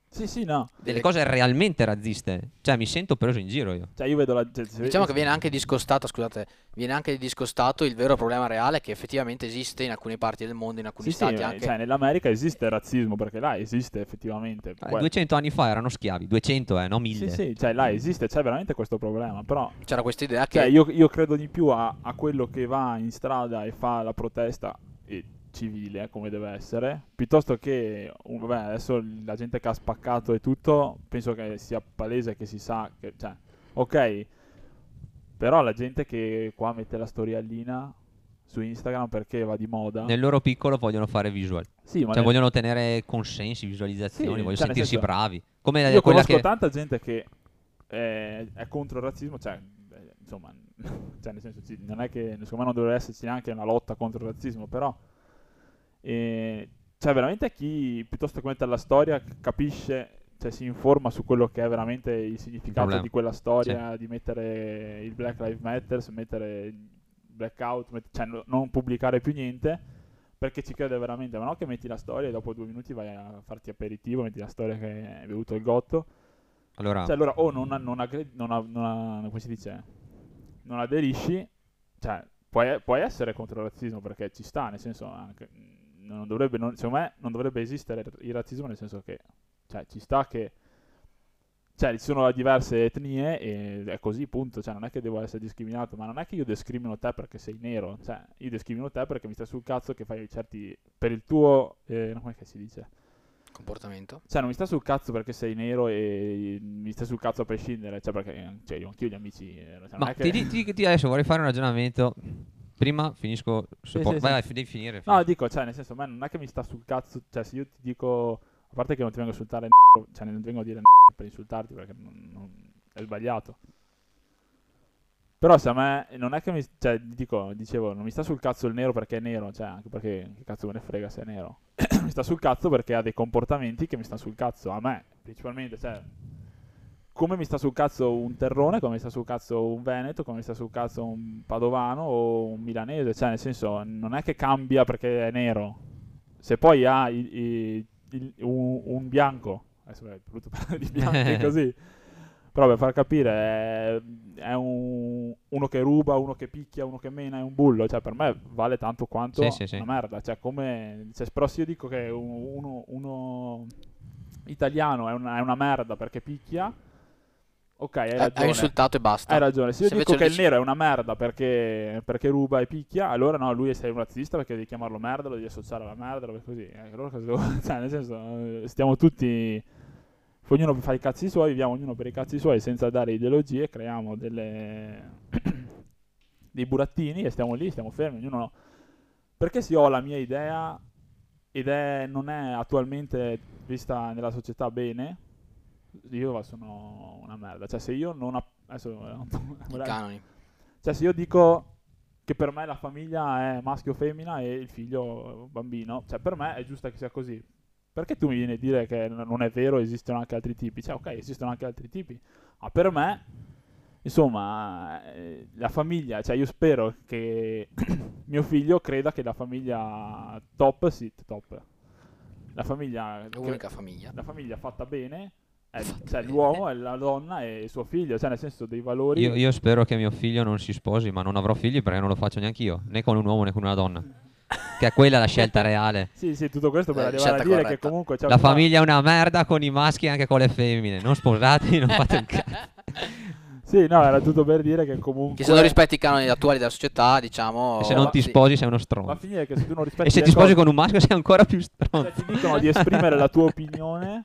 Speaker 2: Sì, sì, no.
Speaker 1: delle cose realmente razziste, cioè mi sento preso in giro io.
Speaker 2: Cioè, io vedo la. cioè, se-
Speaker 3: Diciamo che viene anche discostato, scusate, viene anche discostato il vero problema reale che effettivamente esiste in alcune parti del mondo, in alcuni
Speaker 2: Sì, sì,
Speaker 3: stati
Speaker 2: eh,
Speaker 3: anche.
Speaker 2: cioè, nell'America esiste il razzismo, perché là esiste effettivamente.
Speaker 1: Eh,
Speaker 2: Que-
Speaker 1: 200 anni fa erano schiavi, 200 eh, no 1000.
Speaker 2: Sì, sì, cioè, là esiste, c'è veramente questo problema. Però.
Speaker 3: C'era questa idea che
Speaker 2: Cioè, io, io credo di più a, a quello che va in strada e fa la protesta e civile, eh, come deve essere, piuttosto che un- vabbè, adesso la gente che ha spaccato e tutto, penso che sia palese che si sa che, cioè, ok, però la gente che qua mette la storiellina su Instagram perché va di moda,
Speaker 1: Nel loro piccolo vogliono fare visual,
Speaker 2: sì, ma
Speaker 1: cioè
Speaker 2: nel-
Speaker 1: vogliono ottenere consensi, visualizzazioni,
Speaker 2: Sì,
Speaker 1: vogliono
Speaker 2: cioè, nel
Speaker 1: sentirsi
Speaker 2: senso-
Speaker 1: bravi. Come la-
Speaker 2: io
Speaker 1: quella
Speaker 2: conosco
Speaker 1: che
Speaker 2: tanta gente che eh, è, contro il razzismo, cioè, eh, insomma, cioè, nel senso, ci- non è che secondo me non dovrebbe esserci neanche una lotta contro il razzismo, però eh, cioè, veramente chi piuttosto che mettere la storia capisce cioè, si informa su quello che è veramente il significato
Speaker 1: Problema.
Speaker 2: di quella storia, di mettere il Black Lives Matter, mettere il blackout, met- cioè no- non pubblicare più niente perché ci crede veramente, ma no che metti la storia e dopo due minuti vai a farti aperitivo, metti la storia che hai bevuto il gotto,
Speaker 1: allora
Speaker 2: cioè allora o non, non aggre- non a- non a- come si dice, non aderisci, cioè puoi, puoi essere contro il razzismo perché ci sta, nel senso anche, non dovrebbe, non- secondo me non dovrebbe esistere il razzismo nel senso che, cioè ci sta che, cioè ci sono diverse etnie e è così punto, cioè non è che devo essere discriminato, ma non è che io discrimino te perché sei nero, cioè io discrimino te perché mi stai sul cazzo che fai certi, per il tuo, eh, no, come che si dice?
Speaker 3: comportamento.
Speaker 2: Cioè, non mi sta sul cazzo perché sei nero e mi sta sul cazzo a prescindere. Cioè, perché cioè, io anch'io gli amici. eh, cioè, non
Speaker 1: ma
Speaker 2: è che-
Speaker 1: ti, ti- ti- ti- adesso vorrei fare un ragionamento. Prima finisco
Speaker 2: Sì,
Speaker 1: support- vai,
Speaker 2: sì, sì.
Speaker 1: vai, fi- devi finire.
Speaker 2: No,
Speaker 1: finisci.
Speaker 2: dico, cioè, nel senso, a me non è che mi sta sul cazzo. Cioè, se io ti dico. A parte che non ti vengo a insultare, n***o, cioè, non ti vengo a dire n***o per insultarti perché non- non- è sbagliato. Però se a me non è che mi. Cioè, dico, dicevo, non mi sta sul cazzo il nero perché è nero, cioè, anche perché che cazzo me ne frega se è nero. mi sta sul cazzo perché ha dei comportamenti che mi stanno sul cazzo a me, principalmente, cioè. come mi sta sul cazzo un terrone, come mi sta sul cazzo un veneto, come mi sta sul cazzo un padovano o un milanese, cioè nel senso non è che cambia perché è nero. Se poi ha i- i- il- un, un bianco, adesso è brutto parlare di bianchi così, però per far capire è, è un- uno che ruba, uno che picchia, uno che mena, è un bullo, cioè per me vale tanto quanto
Speaker 1: Sì, sì, sì.
Speaker 2: una merda, cioè come, cioè, però se io dico che un- uno, uno italiano è una- è una merda perché picchia, Ok,
Speaker 1: Eh,
Speaker 2: hai
Speaker 3: Hai- Hai
Speaker 2: ragione.
Speaker 3: insultato e basta.
Speaker 2: hai ragione. Se io
Speaker 3: Se
Speaker 2: dico
Speaker 3: invece
Speaker 2: che
Speaker 3: lo
Speaker 2: il
Speaker 3: dici-
Speaker 2: nero è una merda perché, perché ruba e picchia, allora no, lui sei un razzista perché devi chiamarlo merda, lo devi associare alla merda, robe così. Eh, Allora cosa devo... Cioè, nel senso, eh, stiamo tutti... Ognuno fa i cazzi suoi, viviamo ognuno per i cazzi suoi senza dare ideologie, creiamo delle... dei burattini e stiamo lì, stiamo fermi, ognuno... Perché se io ho la mia idea ed è, non è attualmente vista nella società bene, io sono una merda. Cioè, se io non. app- adesso, eh,
Speaker 3: I canoni.
Speaker 2: cioè, se io dico che per me la famiglia è maschio o femmina e il figlio bambino, cioè, per me è giusto che sia così. Perché tu mi vieni a dire che n- non è vero, esistono anche altri tipi? Cioè, ok, esistono anche altri tipi, ma per me, insomma, eh, la famiglia, cioè, io spero che mio figlio creda che la famiglia top, sì, top. La famiglia
Speaker 3: L'unica famiglia.
Speaker 2: la famiglia fatta bene, è,
Speaker 3: Fatta
Speaker 2: cioè
Speaker 3: bene.
Speaker 2: l'uomo è la donna e suo figlio, cioè nel senso dei valori.
Speaker 1: Io, io spero che mio figlio non si sposi, ma non avrò figli perché non lo faccio neanche io, né con un uomo né con una donna. Che è quella la scelta reale.
Speaker 2: Sì, sì, tutto questo per
Speaker 3: Eh,
Speaker 2: arrivare a
Speaker 3: scelta
Speaker 2: dire che
Speaker 3: corretta.
Speaker 2: comunque c'è
Speaker 1: La
Speaker 2: una-
Speaker 1: famiglia è una merda con i maschi e anche con le femmine. Non sposati, non fate un cazzo.
Speaker 2: Sì, no, era tutto per dire che comunque
Speaker 3: Che se non rispetti i canoni attuali della società, diciamo...
Speaker 2: Oh,
Speaker 1: E se non ti
Speaker 3: sì.
Speaker 1: sposi sei uno
Speaker 2: va a
Speaker 1: stronzo.
Speaker 2: finire che se tu non rispetti
Speaker 1: E se
Speaker 2: le
Speaker 1: ti sposi
Speaker 2: cose-
Speaker 1: con un maschio sei ancora più stronzo.
Speaker 2: cioè, ti dicono di esprimere la tua opinione,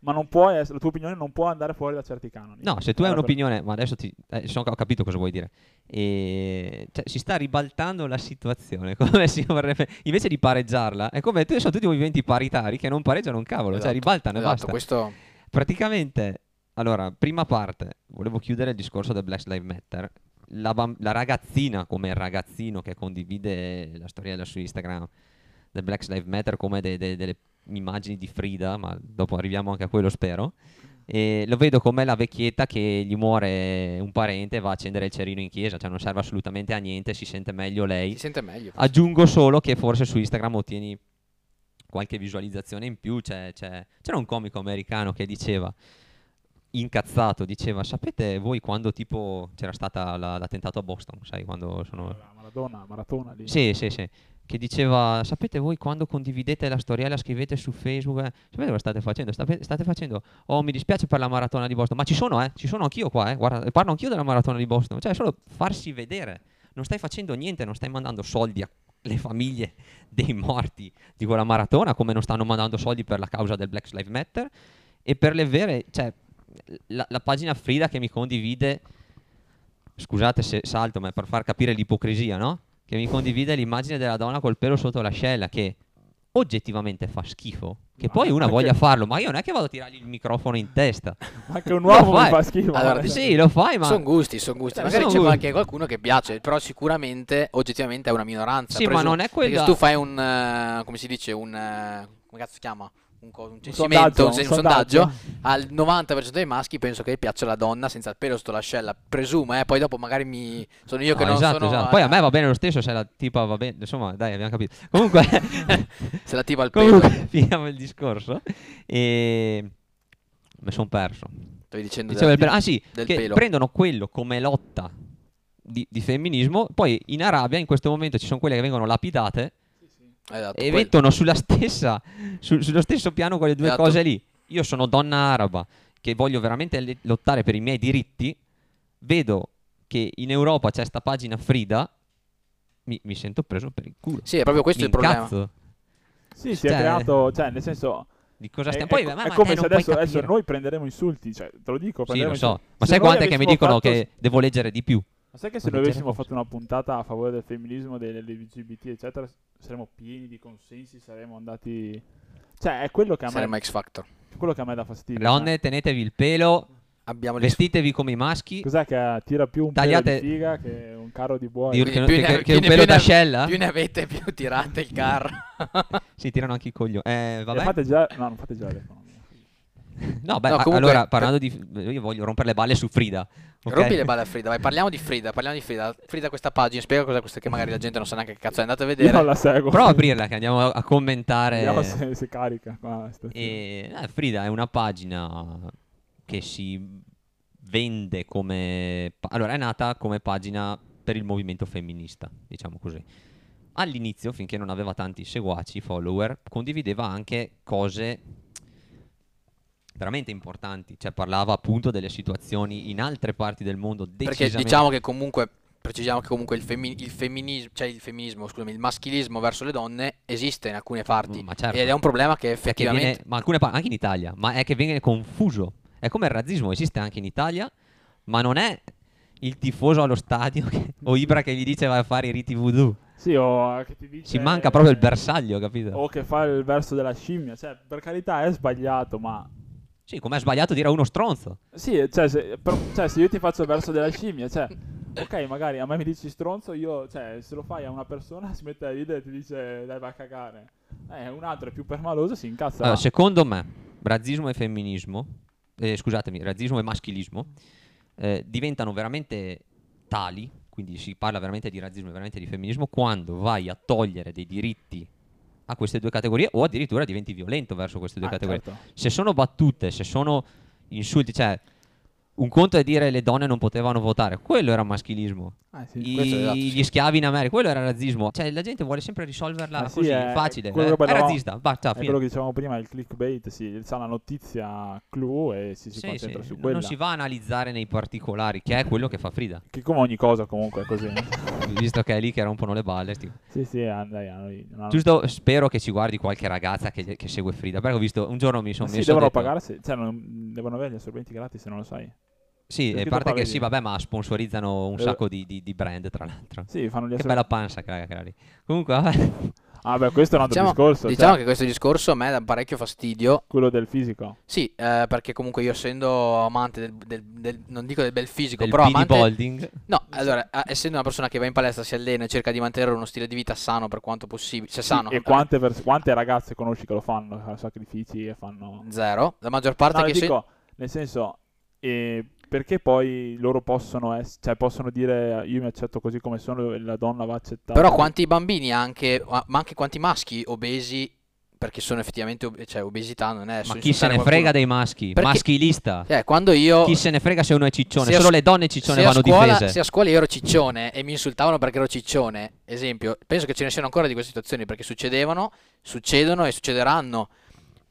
Speaker 2: ma non puoi ess- la tua opinione non può andare fuori da certi canoni.
Speaker 1: No, se tu hai
Speaker 2: Allora,
Speaker 1: un'opinione, ma adesso ti, eh, so- ho capito cosa vuoi dire. E, cioè, si sta ribaltando la situazione, come si vorrebbe, invece di pareggiarla, è come sono tutti movimenti paritari che non pareggiano un cavolo,
Speaker 3: Esatto,
Speaker 1: cioè ribaltano
Speaker 3: Esatto,
Speaker 1: e basta.
Speaker 3: questo...
Speaker 1: Praticamente, allora, prima parte, volevo chiudere il discorso del Black Lives Matter. La, bam- la ragazzina, come il ragazzino che condivide la storiella su Instagram del Black Lives Matter come de- de- delle immagini di Frida, ma dopo arriviamo anche a quello, spero. E lo vedo come la vecchietta che gli muore un parente e va a accendere il cerino in chiesa, cioè non serve assolutamente a niente, si sente meglio lei.
Speaker 3: Si sente meglio.
Speaker 1: Aggiungo solo che forse su Instagram ottieni qualche visualizzazione in più. C'è- c'è- c'era un comico americano che diceva, incazzato, diceva, sapete voi quando tipo c'era stato l'attentato a Boston, sai, quando sono...
Speaker 2: la Maradona, Maratona lì.
Speaker 1: Sì, sì, sì. Che diceva, sapete voi quando condividete la storiella, scrivete su Facebook, eh, sapete cosa state facendo? State, state facendo, oh mi dispiace per la maratona di Boston, ma ci sono, eh, ci sono anch'io qua, eh, guarda, parlo anch'io della maratona di Boston, cioè è solo farsi vedere, non stai facendo niente, non stai mandando soldi alle famiglie dei morti di quella maratona, come non stanno mandando soldi per la causa del Black Lives Matter e per le vere, cioè la, la pagina Frida che mi condivide, scusate se salto, ma è per far capire l'ipocrisia, no? Che mi condivide l'immagine della donna col pelo sotto l'ascella, che oggettivamente fa schifo, che
Speaker 2: Ma
Speaker 1: poi una
Speaker 2: perché?
Speaker 1: voglia farlo, ma io non è che vado a tirargli il microfono in testa.
Speaker 2: Ma anche un uomo mi
Speaker 1: fai.
Speaker 2: fa schifo.
Speaker 3: Allora,
Speaker 2: guarda.
Speaker 1: Sì, lo fai, ma...
Speaker 3: Sono gusti, sono gusti.
Speaker 1: Eh,
Speaker 3: Magari
Speaker 1: sono
Speaker 3: c'è
Speaker 1: gusti.
Speaker 3: anche qualcuno che piace, però sicuramente, oggettivamente, è una minoranza.
Speaker 1: Sì, ma
Speaker 3: presu-
Speaker 1: non è quella-
Speaker 3: Perché se tu fai un... eh, come si dice? Un... eh, come cazzo si chiama? Un, co- un
Speaker 2: Un
Speaker 1: cioè,
Speaker 2: sondaggio,
Speaker 3: censimento, un, se- un sondaggio, al 90% dei maschi penso che piaccia la donna senza il pelo sotto l'ascella. Presumo, eh. Poi dopo magari mi... Sono io che
Speaker 1: No,
Speaker 3: non
Speaker 1: esatto,
Speaker 3: sono...
Speaker 1: esatto. Poi a me va bene lo stesso se la tipa va bene, insomma, dai, abbiamo capito. Comunque...
Speaker 3: Se la tipa al pelo.
Speaker 1: Comunque, finiamo il discorso. E... Me sono perso.
Speaker 3: Stavi dicendo...
Speaker 1: Dicevo
Speaker 3: della
Speaker 1: del pelo.
Speaker 3: tipa-
Speaker 1: Ah sì,
Speaker 3: del
Speaker 1: che
Speaker 3: pelo.
Speaker 1: prendono quello come lotta di, di femminismo, poi in Arabia in questo momento ci sono quelle che vengono lapidate
Speaker 3: Esatto,
Speaker 1: e
Speaker 3: quello.
Speaker 1: mettono sulla stessa, su- sullo stesso piano quelle due
Speaker 3: Esatto.
Speaker 1: cose lì. Io sono donna araba che voglio veramente le- lottare per i miei diritti, vedo che in Europa c'è sta pagina Frida, mi, mi sento preso per il culo.
Speaker 3: Sì, è proprio questo
Speaker 1: Mi
Speaker 3: il problema.
Speaker 1: incazzo.
Speaker 2: Sì, si è
Speaker 1: Cioè-
Speaker 2: creato, cioè, nel senso
Speaker 1: Di cosa
Speaker 2: è,
Speaker 1: stiamo?
Speaker 2: Eh, è
Speaker 1: Poi,
Speaker 2: co-
Speaker 1: ma-
Speaker 2: è
Speaker 1: ma
Speaker 2: come
Speaker 1: te
Speaker 2: se
Speaker 1: non puoi
Speaker 2: adesso, adesso
Speaker 1: capire.
Speaker 2: noi prenderemo insulti, cioè, te lo dico,
Speaker 1: Sì,
Speaker 2: prenderemo
Speaker 1: lo so.
Speaker 2: insulti.
Speaker 1: Ma
Speaker 2: Se
Speaker 1: sai
Speaker 2: noi
Speaker 1: quante che mi
Speaker 2: avessimo
Speaker 1: dicono
Speaker 2: fatto-
Speaker 1: che devo leggere di più?
Speaker 2: Ma sai che se
Speaker 1: Ma
Speaker 2: noi
Speaker 1: leggere
Speaker 2: avessimo
Speaker 1: cosa?
Speaker 2: fatto una puntata a favore del femminismo, dell'LGBT, eccetera, saremmo pieni di consensi, saremmo andati... Cioè, è quello che a me,
Speaker 3: Saremmo X Factor.
Speaker 2: quello che a me dà fastidio.
Speaker 1: Donne,
Speaker 2: eh.
Speaker 1: tenetevi il pelo,
Speaker 3: Abbiamo gli
Speaker 1: vestitevi come i maschi.
Speaker 2: Cos'è che tira più un
Speaker 1: Tagliate-
Speaker 2: pelo di figa che un carro di buoi?
Speaker 1: Di-
Speaker 3: Quindi
Speaker 1: che-
Speaker 3: più ne-
Speaker 1: che-
Speaker 3: più
Speaker 1: che un
Speaker 3: ne-
Speaker 1: pelo
Speaker 3: più ne-
Speaker 1: d'ascella?
Speaker 3: Più ne avete, più tirate il carro.
Speaker 1: Si tirano anche i coglioni. Eh,
Speaker 2: E
Speaker 1: vabbè.
Speaker 2: fate già... No, non fate già l'economia.
Speaker 1: No, beh,
Speaker 3: No,
Speaker 1: a-
Speaker 3: comunque-
Speaker 1: allora parlando di. Io voglio rompere le balle su Frida. ok?
Speaker 3: Rompi le balle a Frida, vai, parliamo di Frida, parliamo di Frida. Frida questa pagina, spiega cosa è questa che magari la gente non sa neanche che cazzo è andata a vedere.
Speaker 2: Io non la seguo.
Speaker 1: Prova a aprirla che andiamo a- a
Speaker 2: Vediamo
Speaker 1: commentare.
Speaker 2: se, se carica. qua, sta-
Speaker 1: E, eh, Frida è una pagina che si vende come... pa- Allora, è nata come pagina per il movimento femminista, diciamo così. All'inizio, finché non aveva tanti seguaci, follower, condivideva anche cose veramente importanti, cioè parlava appunto delle situazioni in altre parti del mondo
Speaker 3: Perché
Speaker 1: decisamente...
Speaker 3: diciamo che comunque, precisiamo che comunque il, femmi- il femminismo, cioè il femminismo, scusami, il maschilismo verso le donne esiste in alcune parti.
Speaker 1: Ma certo.
Speaker 3: Ed è un problema che
Speaker 1: È che
Speaker 3: effettivamente...
Speaker 1: viene- ma alcune pa- anche in Italia, ma è che viene confuso. È come il razzismo, esiste anche in Italia, ma non è il tifoso allo stadio che- o Ibra che gli dice vai a fare i riti voodoo.
Speaker 2: Sì, o eh, che ti dice...
Speaker 1: Ci manca proprio il bersaglio, capito?
Speaker 2: O che fa il verso della scimmia. Cioè, per carità, è sbagliato, ma...
Speaker 1: Sì, come è sbagliato dire a uno stronzo.
Speaker 2: Sì, cioè se, però- cioè, se io ti faccio il verso della scimmia, cioè... Ok, magari a me mi dici stronzo, io... Cioè, se lo fai a una persona si mette a ridere e ti dice... Dai, va a cagare. Eh, un altro è più permaloso, si incazza.
Speaker 1: Allora, secondo me, razzismo e femminismo, eh, scusatemi, razzismo e maschilismo, eh, diventano veramente tali, quindi si parla veramente di razzismo e veramente di femminismo, quando vai a togliere dei diritti a queste due categorie o addirittura diventi violento verso queste due
Speaker 2: Ah,
Speaker 1: categorie.
Speaker 2: certo.
Speaker 1: se sono battute, se sono insulti, cioè un conto è dire le donne non potevano votare, quello era maschilismo.
Speaker 2: Ah, sì.
Speaker 1: I-
Speaker 3: questo è esatto, sì.
Speaker 1: gli schiavi in America, quello era razzismo. Cioè la gente vuole sempre risolverla
Speaker 2: Eh sì,
Speaker 1: così,
Speaker 2: è
Speaker 1: facile.
Speaker 2: quello
Speaker 1: eh,
Speaker 2: che
Speaker 1: è
Speaker 2: parlavamo-
Speaker 1: razzista, basta,
Speaker 2: È
Speaker 1: fine.
Speaker 2: quello che dicevamo prima, il clickbait, sì, c'ha la notizia clou e si, si
Speaker 1: Sì, sì,
Speaker 2: concentra su
Speaker 1: non-
Speaker 2: quella.
Speaker 1: Non si va a analizzare nei particolari, che è quello che fa Frida,
Speaker 2: Che come ogni cosa comunque è così.
Speaker 3: Mm.
Speaker 1: visto che è lì che rompono le balle. sti-
Speaker 2: sì, sì, ah, dai, ah, noi- no, no.
Speaker 1: Giusto, spero che ci guardi qualche ragazza che, che segue Frida, perché ho visto un giorno mi sono
Speaker 2: Sì,
Speaker 1: messo... ho
Speaker 2: devono
Speaker 1: detto-
Speaker 2: pagarsi, cioè non- devono avere gli assorbenti gratis se non lo sai.
Speaker 1: Sì,
Speaker 2: Perché
Speaker 1: a
Speaker 2: tu
Speaker 1: parte che
Speaker 2: paghi-
Speaker 1: sì, vabbè, ma sponsorizzano un
Speaker 2: Eh.
Speaker 1: sacco di- di- di brand, tra l'altro.
Speaker 2: Sì, fanno gli
Speaker 1: Che
Speaker 2: assorbenti.
Speaker 1: bella pancia, che raga, che era lì. Comunque, vabbè.
Speaker 2: Ah, beh, questo è un altro
Speaker 3: Diciamo,
Speaker 2: discorso,
Speaker 3: diciamo
Speaker 2: cioè,
Speaker 3: che questo discorso a me dà parecchio fastidio.
Speaker 2: quello del fisico.
Speaker 3: Sì, eh, perché comunque io essendo amante del, del- del- non dico del bel fisico,
Speaker 1: del
Speaker 3: però
Speaker 1: Billy
Speaker 3: amante...
Speaker 1: Balding.
Speaker 3: No, allora, eh, essendo una persona che va in palestra, si allena e cerca di mantenere uno stile di vita sano per quanto possibile, cioè sano,
Speaker 2: e quante, pers- quante ragazze conosci che lo fanno, fanno sacrifici e fanno
Speaker 3: zero, la maggior parte
Speaker 2: No,
Speaker 3: che
Speaker 2: lo
Speaker 3: se-
Speaker 2: dico, nel senso, eh, perché poi loro possono, ess- cioè, possono dire io mi accetto così come sono e la donna va accettata.
Speaker 3: Però quanti bambini anche, ma ma anche quanti maschi obesi, perché sono effettivamente, ob- cioè obesità non è...
Speaker 1: Ma
Speaker 3: solo
Speaker 1: chi se
Speaker 3: insultare
Speaker 1: ne frega dei
Speaker 3: qualcuno.
Speaker 1: maschi?
Speaker 3: Perché-
Speaker 1: Maschilista.
Speaker 3: Cioè, quando io...
Speaker 1: Chi se ne frega se uno è ciccione?
Speaker 3: Se a
Speaker 1: Solo
Speaker 3: scu-
Speaker 1: le donne ciccione
Speaker 3: se a
Speaker 1: vanno
Speaker 3: scuola-
Speaker 1: difese.
Speaker 3: Se a scuola io ero ciccione e mi insultavano perché ero ciccione, esempio, penso che ce ne siano ancora di queste situazioni perché succedevano, succedono e succederanno.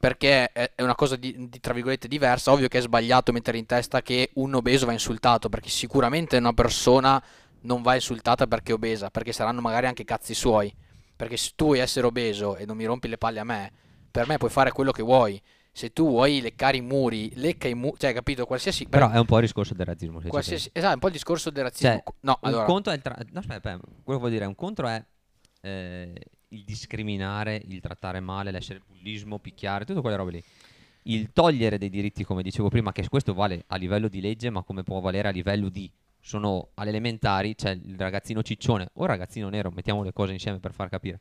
Speaker 3: Perché è è una cosa di, di- tra virgolette diversa. Ovvio che è sbagliato mettere in testa che un obeso va insultato, perché sicuramente una persona non va insultata perché è obesa, perché saranno magari anche cazzi suoi. Perché se tu vuoi essere obeso e non mi rompi le palle a me, per me puoi fare quello che vuoi. Se tu vuoi leccare i muri, lecca i muri, cioè, capito? Qualsiasi.
Speaker 1: Però è un po' il discorso del razzismo. se ci
Speaker 3: Qualsiasi, esatto, è un po' il discorso del razzismo.
Speaker 1: Cioè,
Speaker 3: Co- no,
Speaker 1: pensi. Un
Speaker 3: allora,
Speaker 1: conto è il tra- no, aspetta, aspetta, quello che vuol dire, un contro è eh, il discriminare, il trattare male, l'essere bullismo, picchiare, tutte quelle robe lì. Il togliere dei diritti, come dicevo prima, che questo vale a livello di legge, ma come può valere a livello di sono alle elementari, c'è il ragazzino ciccione o ragazzino nero, mettiamo le cose insieme per far capire.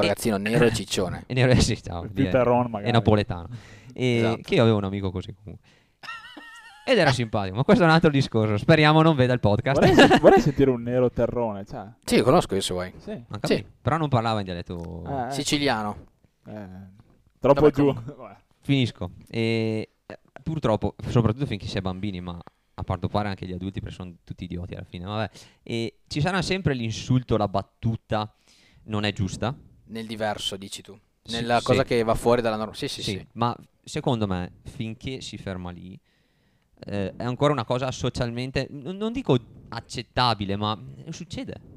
Speaker 3: ragazzino nero e
Speaker 2: Oh,
Speaker 3: ciccione.
Speaker 1: E nero è sì, ciao,
Speaker 2: Più
Speaker 1: direi.
Speaker 2: terron,
Speaker 1: è
Speaker 2: magari.
Speaker 1: napoletano. E
Speaker 3: Esatto.
Speaker 1: che io avevo un amico così comunque. Ed era simpatico, ma questo è un altro discorso. Speriamo non veda il podcast.
Speaker 2: Vorrei, sen- vorrei sentire un nero terrone, cioè.
Speaker 3: Sì, lo conosco io se vuoi.
Speaker 2: Sì. Eh,
Speaker 1: Ma capì?
Speaker 3: Sì.
Speaker 1: Però non parlava in dialetto.
Speaker 2: eh,
Speaker 3: Siciliano.
Speaker 2: eh. Troppo
Speaker 3: Vabbè,
Speaker 2: giù.
Speaker 1: Finisco. E eh, purtroppo, soprattutto finché si è bambini, ma a quanto pare anche gli adulti, perché sono tutti idioti alla fine. Vabbè. E ci sarà sempre l'insulto, la battuta non è giusta.
Speaker 3: Nel diverso, dici tu.
Speaker 1: Sì,
Speaker 3: Nella
Speaker 1: sì.
Speaker 3: cosa che va fuori dalla norma. Sì, sì, sì.
Speaker 1: Sì, ma secondo me finché si ferma lì eh, è ancora una cosa socialmente, n- non dico accettabile, ma eh, succede.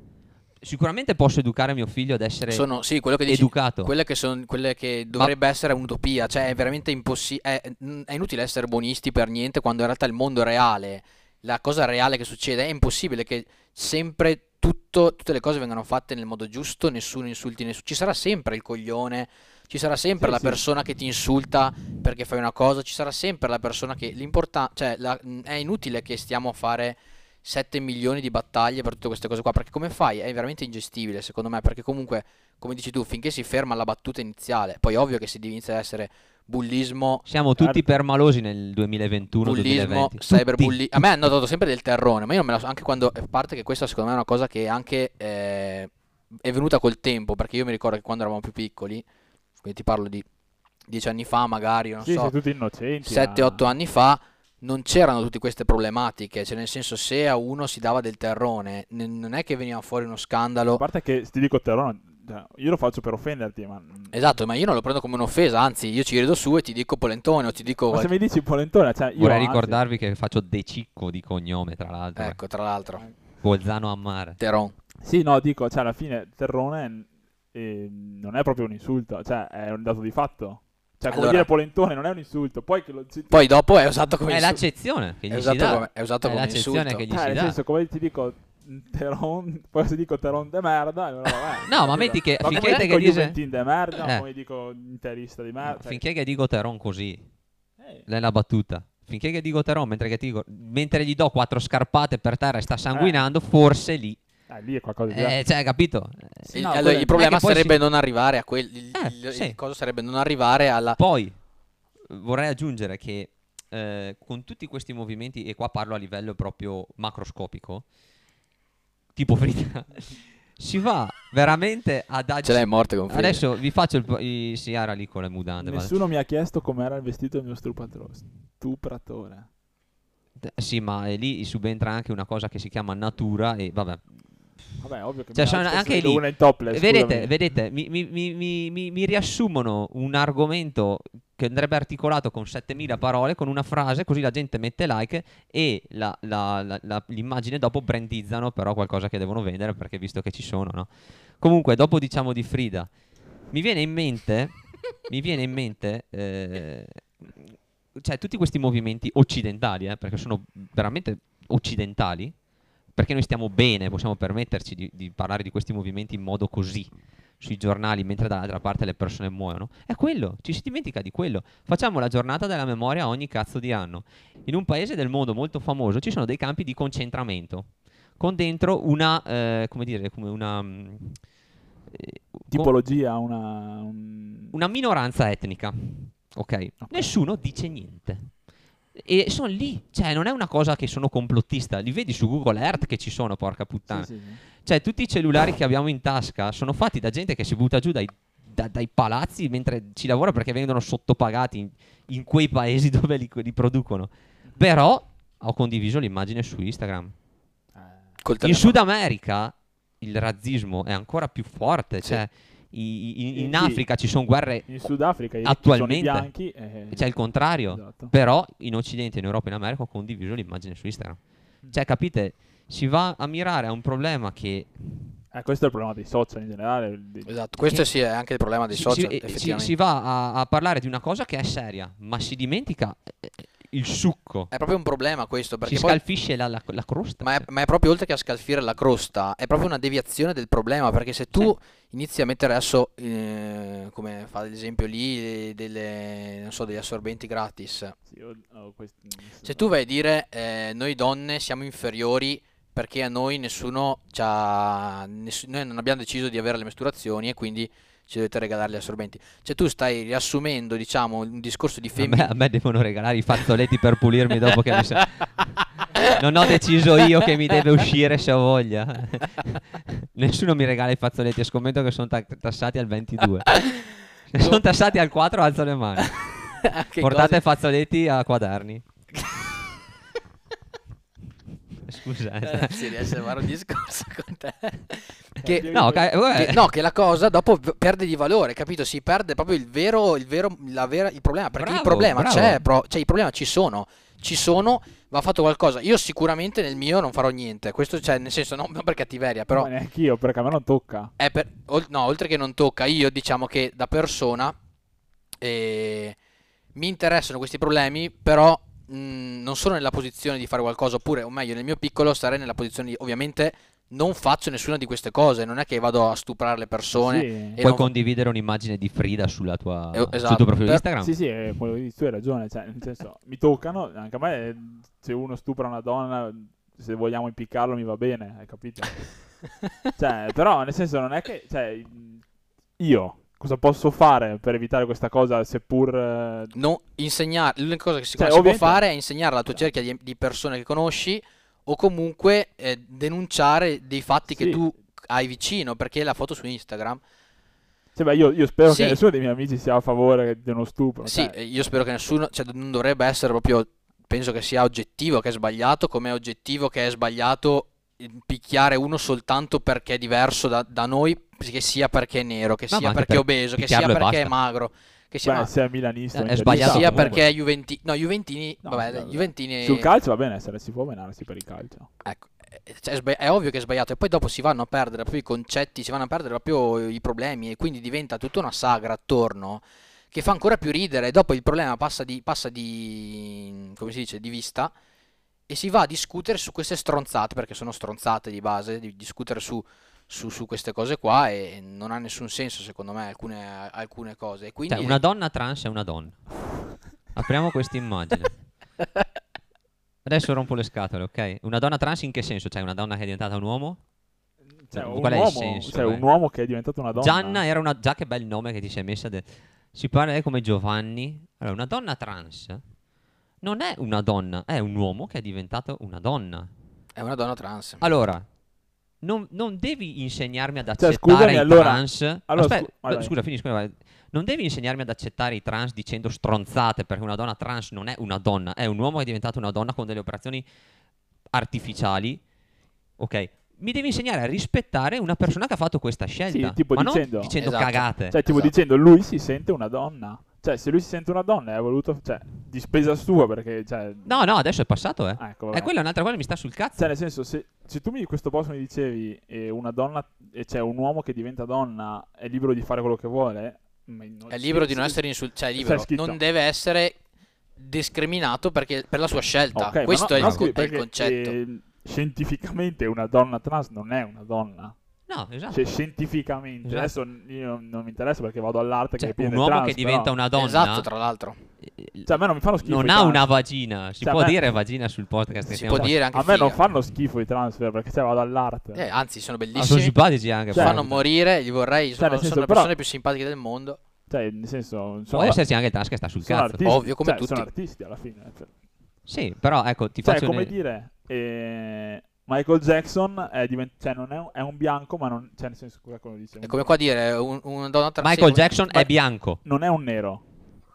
Speaker 1: Sicuramente posso educare mio figlio ad essere
Speaker 3: Sono, sì, quello che dici.
Speaker 1: educato.
Speaker 3: Quelle che, son- quelle che dovrebbe essere un'utopia. Cioè, è veramente impossibile. È, è inutile essere buonisti per niente quando in realtà il mondo reale, la cosa reale che succede, è impossibile che sempre. Tutto, tutte le cose vengano fatte nel modo giusto, nessuno insulti nessuno. Ci sarà sempre il coglione, ci sarà sempre
Speaker 2: Sì,
Speaker 3: la
Speaker 2: sì.
Speaker 3: persona che ti insulta perché fai una cosa, ci sarà sempre la persona che l'importante, cioè la- mh, è inutile che stiamo a fare 7 milioni di battaglie per tutte queste cose qua, perché come fai? È veramente ingestibile secondo me, perché comunque, come dici tu, finché si ferma alla battuta iniziale, poi ovvio che si inizia ad essere bullismo,
Speaker 1: Siamo tutti
Speaker 2: Certo.
Speaker 1: permalosi nel 2021-2020.
Speaker 3: bullismo, cyberbullismo. A me hanno dato sempre del terrone, ma io non me la so, anche quando, a parte che questa secondo me è una cosa che anche eh, è venuta col tempo, perché io mi ricordo che quando eravamo più piccoli, quindi ti parlo di dieci anni fa magari, non
Speaker 2: Sì,
Speaker 3: so,
Speaker 2: siete tutti innocenti.
Speaker 3: 7-8
Speaker 2: ma-
Speaker 3: anni fa non c'erano tutte queste problematiche, cioè nel senso se a uno si dava del terrone, n- non è che veniva fuori uno
Speaker 2: A
Speaker 3: scandalo.
Speaker 2: parte che ti dico Terrone, cioè, io lo faccio per offenderti, ma...
Speaker 3: Esatto, ma io non lo prendo come un'offesa, anzi io ci rido su e ti dico polentone o ti dico...
Speaker 2: Ma se mi dici Polentone, cioè io...
Speaker 1: Vorrei
Speaker 2: anzi,
Speaker 1: ricordarvi che faccio De Cicco di cognome, tra l'altro.
Speaker 3: Ecco, tra l'altro,
Speaker 1: Bolzano Ammare.
Speaker 3: Teron.
Speaker 2: Sì, no, dico, cioè alla fine Terrone eh, non è proprio un insulto, cioè è un dato di fatto. Cioè come
Speaker 3: Allora-
Speaker 2: dire Polentone non è un insulto, poi che lo... ci-
Speaker 3: Poi dopo è usato come...
Speaker 1: È
Speaker 3: insul-
Speaker 1: l'accezione che
Speaker 3: è
Speaker 1: gli si
Speaker 3: usato
Speaker 1: dà.
Speaker 3: Esatto, come, è usato
Speaker 1: È
Speaker 3: come
Speaker 1: l'accezione
Speaker 3: insulto.
Speaker 1: che gli
Speaker 2: Cioè,
Speaker 1: si
Speaker 2: nel
Speaker 1: dà.
Speaker 2: senso, come ti dico Teron, poi se dico Teron de merda, allora vabbè.
Speaker 1: No, ma metti che
Speaker 2: Ma come
Speaker 1: finché
Speaker 2: dico
Speaker 1: che dice-
Speaker 2: Juventin de merda,
Speaker 1: Eh.
Speaker 2: come dico interista di
Speaker 1: No,
Speaker 2: merda. cioè-
Speaker 1: finché che dico Teron così,
Speaker 2: Eh.
Speaker 1: lei la battuta. Finché che dico Teron, mentre, che ti dico- mentre gli do quattro scarpate per terra e sta sanguinando, forse lì.
Speaker 2: Eh, lì è qualcosa di...
Speaker 1: Eh, cioè, capito? Eh,
Speaker 2: Sì,
Speaker 3: Il,
Speaker 2: no,
Speaker 3: allora,
Speaker 2: quello-
Speaker 3: il problema
Speaker 1: non è che poi
Speaker 3: sarebbe
Speaker 1: si-
Speaker 3: non arrivare a quel... Il,
Speaker 1: Eh,
Speaker 3: il- il
Speaker 1: sì.
Speaker 3: coso sarebbe non arrivare alla...
Speaker 1: Poi eh, vorrei aggiungere che eh, con tutti questi movimenti, e qua parlo a livello proprio macroscopico, tipo Frida, si va veramente ad
Speaker 3: Ce
Speaker 1: aggiungere.
Speaker 3: l'hai cioè morte con Fede.
Speaker 1: Adesso vi faccio il. po- i- Sì, era lì con le mutande. vale.
Speaker 2: Nessuno mi ha chiesto com'era il vestito del mio stupratore. Stupratore.
Speaker 1: Sì, ma eh, lì subentra anche una cosa che si chiama natura. E vabbè,
Speaker 2: Vabbè, ovvio che
Speaker 1: Cioè,
Speaker 2: mi
Speaker 1: sono
Speaker 2: piace,
Speaker 1: anche
Speaker 2: vedo
Speaker 1: lì.
Speaker 2: Una in topless,
Speaker 1: vedete,
Speaker 2: scusami.
Speaker 1: vedete mi, mi- mi- mi- mi- mi riassumono un argomento che andrebbe articolato con 7000 parole, con una frase, così la gente mette like e la- la- la- la- l'immagine dopo brandizzano però qualcosa che devono vendere perché visto che ci sono, no? Comunque, dopo diciamo di Frida, mi viene in mente, mi viene in mente, eh, cioè tutti questi movimenti occidentali, eh, perché sono veramente occidentali, perché noi stiamo bene, possiamo permetterci di, di parlare di questi movimenti in modo così sui giornali, mentre dall'altra parte le persone muoiono. È quello, ci si dimentica di quello. Facciamo la giornata della memoria ogni cazzo di anno. In un paese del mondo molto famoso ci sono dei campi di concentramento con dentro una, eh, come dire, come una... mm, eh, co-
Speaker 2: Tipologia, una... un-
Speaker 1: una minoranza etnica, ok?
Speaker 2: Ok.
Speaker 1: Nessuno dice niente. E sono lì, cioè non è una cosa che sono complottista, li vedi su Google Earth che ci sono, porca puttana.
Speaker 2: Sì, sì, sì.
Speaker 1: Cioè tutti i cellulari che abbiamo in tasca sono fatti da gente che si butta giù dai, da- dai palazzi mentre ci lavora perché vengono sottopagati in, in quei paesi dove li, li producono. Però ho condiviso l'immagine su Instagram.
Speaker 2: Eh,
Speaker 3: Col
Speaker 1: In
Speaker 3: telefono.
Speaker 1: Sud America il razzismo è ancora più forte,
Speaker 3: Sì.
Speaker 1: cioè i- i- in- in
Speaker 2: Sì.
Speaker 1: Africa ci sono guerre
Speaker 2: In Sudafrica i ricchi
Speaker 1: Attualmente.
Speaker 2: sono i bianchi e...
Speaker 1: c'è il contrario.
Speaker 2: Esatto.
Speaker 1: Però in Occidente, in Europa e in America ho condiviso l'immagine su Instagram. Cioè, capite? Si va a mirare a un problema che
Speaker 2: Eh, questo è il problema dei social in generale. di-
Speaker 3: Esatto, questo
Speaker 1: Che-
Speaker 3: sì è anche il problema dei
Speaker 1: si,
Speaker 3: social,
Speaker 1: si- si-
Speaker 3: effettivamente.
Speaker 1: si va a, a parlare di una cosa che è seria, ma si dimentica eh, il succo.
Speaker 3: È proprio un problema questo, Eh, perché
Speaker 1: Si
Speaker 3: poi...
Speaker 1: scalfisce la, la- la crosta. Cioè,
Speaker 3: Ma è, ma è proprio oltre che a scalfire la crosta, è proprio una deviazione del problema, perché se tu inizi a mettere adesso, eh, come fa l'esempio lì, eh, delle- non so, degli assorbenti gratis,
Speaker 2: Sì, o- o questi-
Speaker 3: se Cioè tu vai a dire eh, noi donne siamo inferiori perché a noi nessuno c'ha, ness- noi non abbiamo deciso di avere le mestruazioni e quindi ci dovete regalare gli assorbenti. Cioè tu stai riassumendo, diciamo, un discorso di
Speaker 1: a, me,
Speaker 3: femminismo.
Speaker 1: a me devono regalare i fazzoletti per pulirmi dopo che mi sa- Non ho deciso io che mi deve uscire se ho voglia. Nessuno mi regala i fazzoletti, e scommetto che sono ta- tassati al 22. Se sono tassati al 4, alzo le mani.
Speaker 3: Ah, Che
Speaker 1: Boh. Portate
Speaker 3: cose-
Speaker 1: fazzoletti a quaderni. Scusa. eh.
Speaker 3: Eh, non si riesce a fare un discorso con te.
Speaker 2: Cioè,
Speaker 3: Che,
Speaker 1: No, ca- eh, vabbè.
Speaker 3: che- no, che la cosa dopo v- perde di valore, capito? Si perde proprio il vero, il, vero la vera- il problema. Perché il
Speaker 1: Bravo,
Speaker 3: problema
Speaker 1: bravo.
Speaker 3: c'è, pro- cioè il problema ci sono. Ci sono, va fatto qualcosa. Io sicuramente nel mio non farò niente. Questo cioè, nel senso, non, non per cattiveria, però.
Speaker 2: Ma neanche io, perché a me non tocca.
Speaker 3: È per- ol- no, oltre che non tocca, io diciamo che da persona eh, mi interessano questi problemi, però mh, non sono nella posizione di fare qualcosa, oppure, o meglio, nel mio piccolo sarei nella posizione di, ovviamente, non faccio nessuna di queste cose, non è che vado a stuprare le persone.
Speaker 2: Sì.
Speaker 3: e
Speaker 1: Puoi
Speaker 3: non-
Speaker 1: condividere un'immagine di Frida sulla tua,
Speaker 3: Eh, esatto,
Speaker 1: sul tuo profilo
Speaker 3: per-
Speaker 1: Instagram?
Speaker 2: Sì, sì, è eh, quello che dici tu hai ragione. Cioè, nel senso, mi toccano, anche a me, eh, se uno stupra una donna, se vogliamo impiccarlo mi va bene, hai capito? cioè, però nel senso non è che... Cioè, io cosa posso fare per evitare questa cosa seppur... eh,
Speaker 3: No, insegnare, l'unica cosa che si,
Speaker 2: Cioè,
Speaker 3: si può
Speaker 2: ovviamente-
Speaker 3: fare è insegnare alla tua cerchia di, di persone che conosci o comunque eh, denunciare dei fatti che
Speaker 2: Sì.
Speaker 3: tu hai vicino, perché la foto su Instagram.
Speaker 2: Cioè, beh, io, io spero
Speaker 3: Sì.
Speaker 2: che nessuno dei miei amici sia a favore di uno stupro.
Speaker 3: Sì,
Speaker 2: cioè,
Speaker 3: eh, io spero che nessuno, cioè non dovrebbe essere proprio, penso che sia oggettivo che è sbagliato, come è oggettivo che è sbagliato eh, picchiare uno soltanto perché è diverso da, da noi, che sia perché è nero, che
Speaker 1: No, ma
Speaker 3: sia
Speaker 1: anche
Speaker 3: perché
Speaker 1: per
Speaker 3: è obeso, che sia
Speaker 1: picchiarlo e
Speaker 3: perché è
Speaker 1: basta.
Speaker 3: magro, che sia,
Speaker 2: beh,
Speaker 3: ma-
Speaker 2: se è milanista, o
Speaker 1: È
Speaker 2: interista,
Speaker 3: che
Speaker 1: sbagliato
Speaker 3: sia
Speaker 2: comunque.
Speaker 1: comunque.
Speaker 3: perché è Juventini, no, Juventini,
Speaker 2: No,
Speaker 3: vabbè,
Speaker 2: vabbè.
Speaker 3: Juventini...
Speaker 2: Sul calcio va bene essere, si può menarsi per il calcio.
Speaker 3: Ecco, eh, cioè, sba- è ovvio che è sbagliato e poi dopo si vanno a perdere proprio i concetti, si vanno a perdere proprio i problemi e quindi diventa tutta una sagra attorno che fa ancora più ridere e dopo il problema passa di, passa di, come si dice, di vista e si va a discutere su queste stronzate, perché sono stronzate di base, di discutere su, su- su queste cose qua e non ha nessun senso secondo me alcune, alcune cose. E quindi...
Speaker 1: Cioè, una donna trans è una donna. Apriamo questa immagine. Adesso rompo le scatole, ok? Una donna trans in che senso? Cioè, una donna che è diventata un uomo?
Speaker 2: Cioè,
Speaker 1: Qual
Speaker 2: un,
Speaker 1: è il
Speaker 2: uomo,
Speaker 1: senso,
Speaker 2: cioè,
Speaker 1: dai?
Speaker 2: un uomo che è diventato una donna.
Speaker 1: Gianna era una. Già, che bel nome che ti sei messa. de- Si parla è come Giovanni. Allora, una donna trans non è una donna, è un uomo che è diventato una donna.
Speaker 3: È una donna trans.
Speaker 1: Allora, non, non devi insegnarmi ad
Speaker 2: Cioè,
Speaker 1: accettare
Speaker 2: scusami,
Speaker 1: i
Speaker 2: allora-
Speaker 1: trans.
Speaker 2: allora,
Speaker 1: Aspetta,
Speaker 2: scu- allora-
Speaker 1: scusa, finisco. vai. Non devi insegnarmi ad accettare i trans dicendo stronzate, perché una donna trans non è una donna, è un uomo che è diventato una donna con delle operazioni artificiali. Ok. Mi devi insegnare a rispettare una persona che ha fatto questa scelta.
Speaker 2: tipo
Speaker 1: ma
Speaker 2: dicendo-
Speaker 1: non dicendo
Speaker 3: Esatto.
Speaker 1: cagate.
Speaker 2: Cioè, tipo
Speaker 3: Esatto.
Speaker 2: dicendo, lui si sente una donna. Cioè, se lui si sente una donna e ha voluto... Cioè, di spesa sua perché... Cioè,
Speaker 1: No, no, adesso è passato, eh.
Speaker 2: Ecco,
Speaker 1: E
Speaker 2: vabbè.
Speaker 1: quella è un'altra cosa che mi sta sul cazzo.
Speaker 2: Cioè, nel senso, se, se tu mi in questo posto mi dicevi eh, una donna, e c'è un uomo che diventa donna, è libero di fare quello che vuole. ma non-
Speaker 3: È libero di non
Speaker 2: sì,
Speaker 3: essere insultato, cioè è
Speaker 2: C'è
Speaker 3: libero,
Speaker 2: scritto.
Speaker 3: non deve essere discriminato perché, per la sua scelta.
Speaker 2: Ok, ma
Speaker 3: Questo
Speaker 2: no-
Speaker 3: è,
Speaker 2: no,
Speaker 3: il, co-
Speaker 2: scusi,
Speaker 3: è il
Speaker 2: perché,
Speaker 3: concetto.
Speaker 2: eh, scientificamente una donna trans non è una donna.
Speaker 1: No, esatto.
Speaker 2: Cioè, scientificamente.
Speaker 1: Esatto.
Speaker 2: Adeso io non mi interessa perché vado all'arte
Speaker 1: Cioè,
Speaker 2: che è piena
Speaker 1: un
Speaker 2: di
Speaker 1: uomo
Speaker 2: trans,
Speaker 1: che diventa
Speaker 2: però-
Speaker 1: una donna
Speaker 3: Esatto, tra l'altro.
Speaker 1: eh,
Speaker 2: Cioè, a me non mi fanno schifo.
Speaker 1: non
Speaker 2: i
Speaker 1: ha
Speaker 2: trans.
Speaker 1: una vagina. Si
Speaker 2: Cioè, a
Speaker 1: può
Speaker 2: me-
Speaker 1: dire vagina sul podcast che
Speaker 3: Si
Speaker 1: stiamo
Speaker 3: può dire anche
Speaker 2: A me non
Speaker 3: figa.
Speaker 2: fanno schifo i transfer perché cioè, vado all'arte.
Speaker 3: Eh, anzi, sono
Speaker 1: Ah, sono
Speaker 3: bellissimi.
Speaker 1: simpatici anche.
Speaker 2: Cioè,
Speaker 1: fanno
Speaker 3: fanno morire, li vorrei. Sono,
Speaker 2: nel
Speaker 3: sono
Speaker 2: senso,
Speaker 3: le
Speaker 2: però-
Speaker 3: persone più simpatiche del mondo.
Speaker 2: Cioè, nel senso,
Speaker 1: Può
Speaker 2: sono,
Speaker 1: esserci anche Tasca che sta sul
Speaker 2: sono
Speaker 1: cazzo.
Speaker 2: artisti.
Speaker 3: Ovvio, come
Speaker 2: cioè, Sono
Speaker 3: tutti.
Speaker 2: artisti alla fine. cioè.
Speaker 1: Sì, però ecco, ti
Speaker 2: Cioè,
Speaker 1: faccio
Speaker 2: come
Speaker 1: un-
Speaker 2: dire, eh, Michael Jackson è, divent- cioè, non è, un, è un bianco, ma non, cioè, nel senso, cosa come dice?
Speaker 3: È come qua dire un, una donna trans.
Speaker 1: Michael
Speaker 3: sì, come-
Speaker 1: Jackson
Speaker 2: Ma-
Speaker 1: è bianco.
Speaker 2: Non è un nero.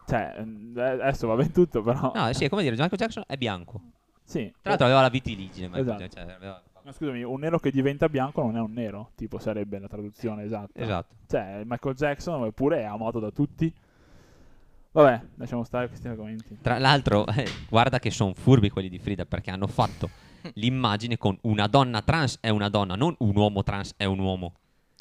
Speaker 2: Cioè, mm, eh, adesso va ben tutto, però.
Speaker 1: No, sì, è come dire Michael Jackson è bianco.
Speaker 2: Sì.
Speaker 1: Tra l'altro aveva la vitiligine, Michael
Speaker 2: Eh. Esatto.
Speaker 1: Jackson, cioè, aveva-
Speaker 2: No, scusami, un nero che diventa bianco non è un nero, tipo sarebbe la traduzione esatta.
Speaker 1: Esatto.
Speaker 2: Cioè, Michael Jackson pure è amato da tutti. Vabbè, lasciamo stare questi argomenti.
Speaker 1: Tra l'altro, eh, guarda che sono furbi quelli di Frida perché hanno fatto l'immagine con una donna trans è una donna, non un uomo trans è un uomo.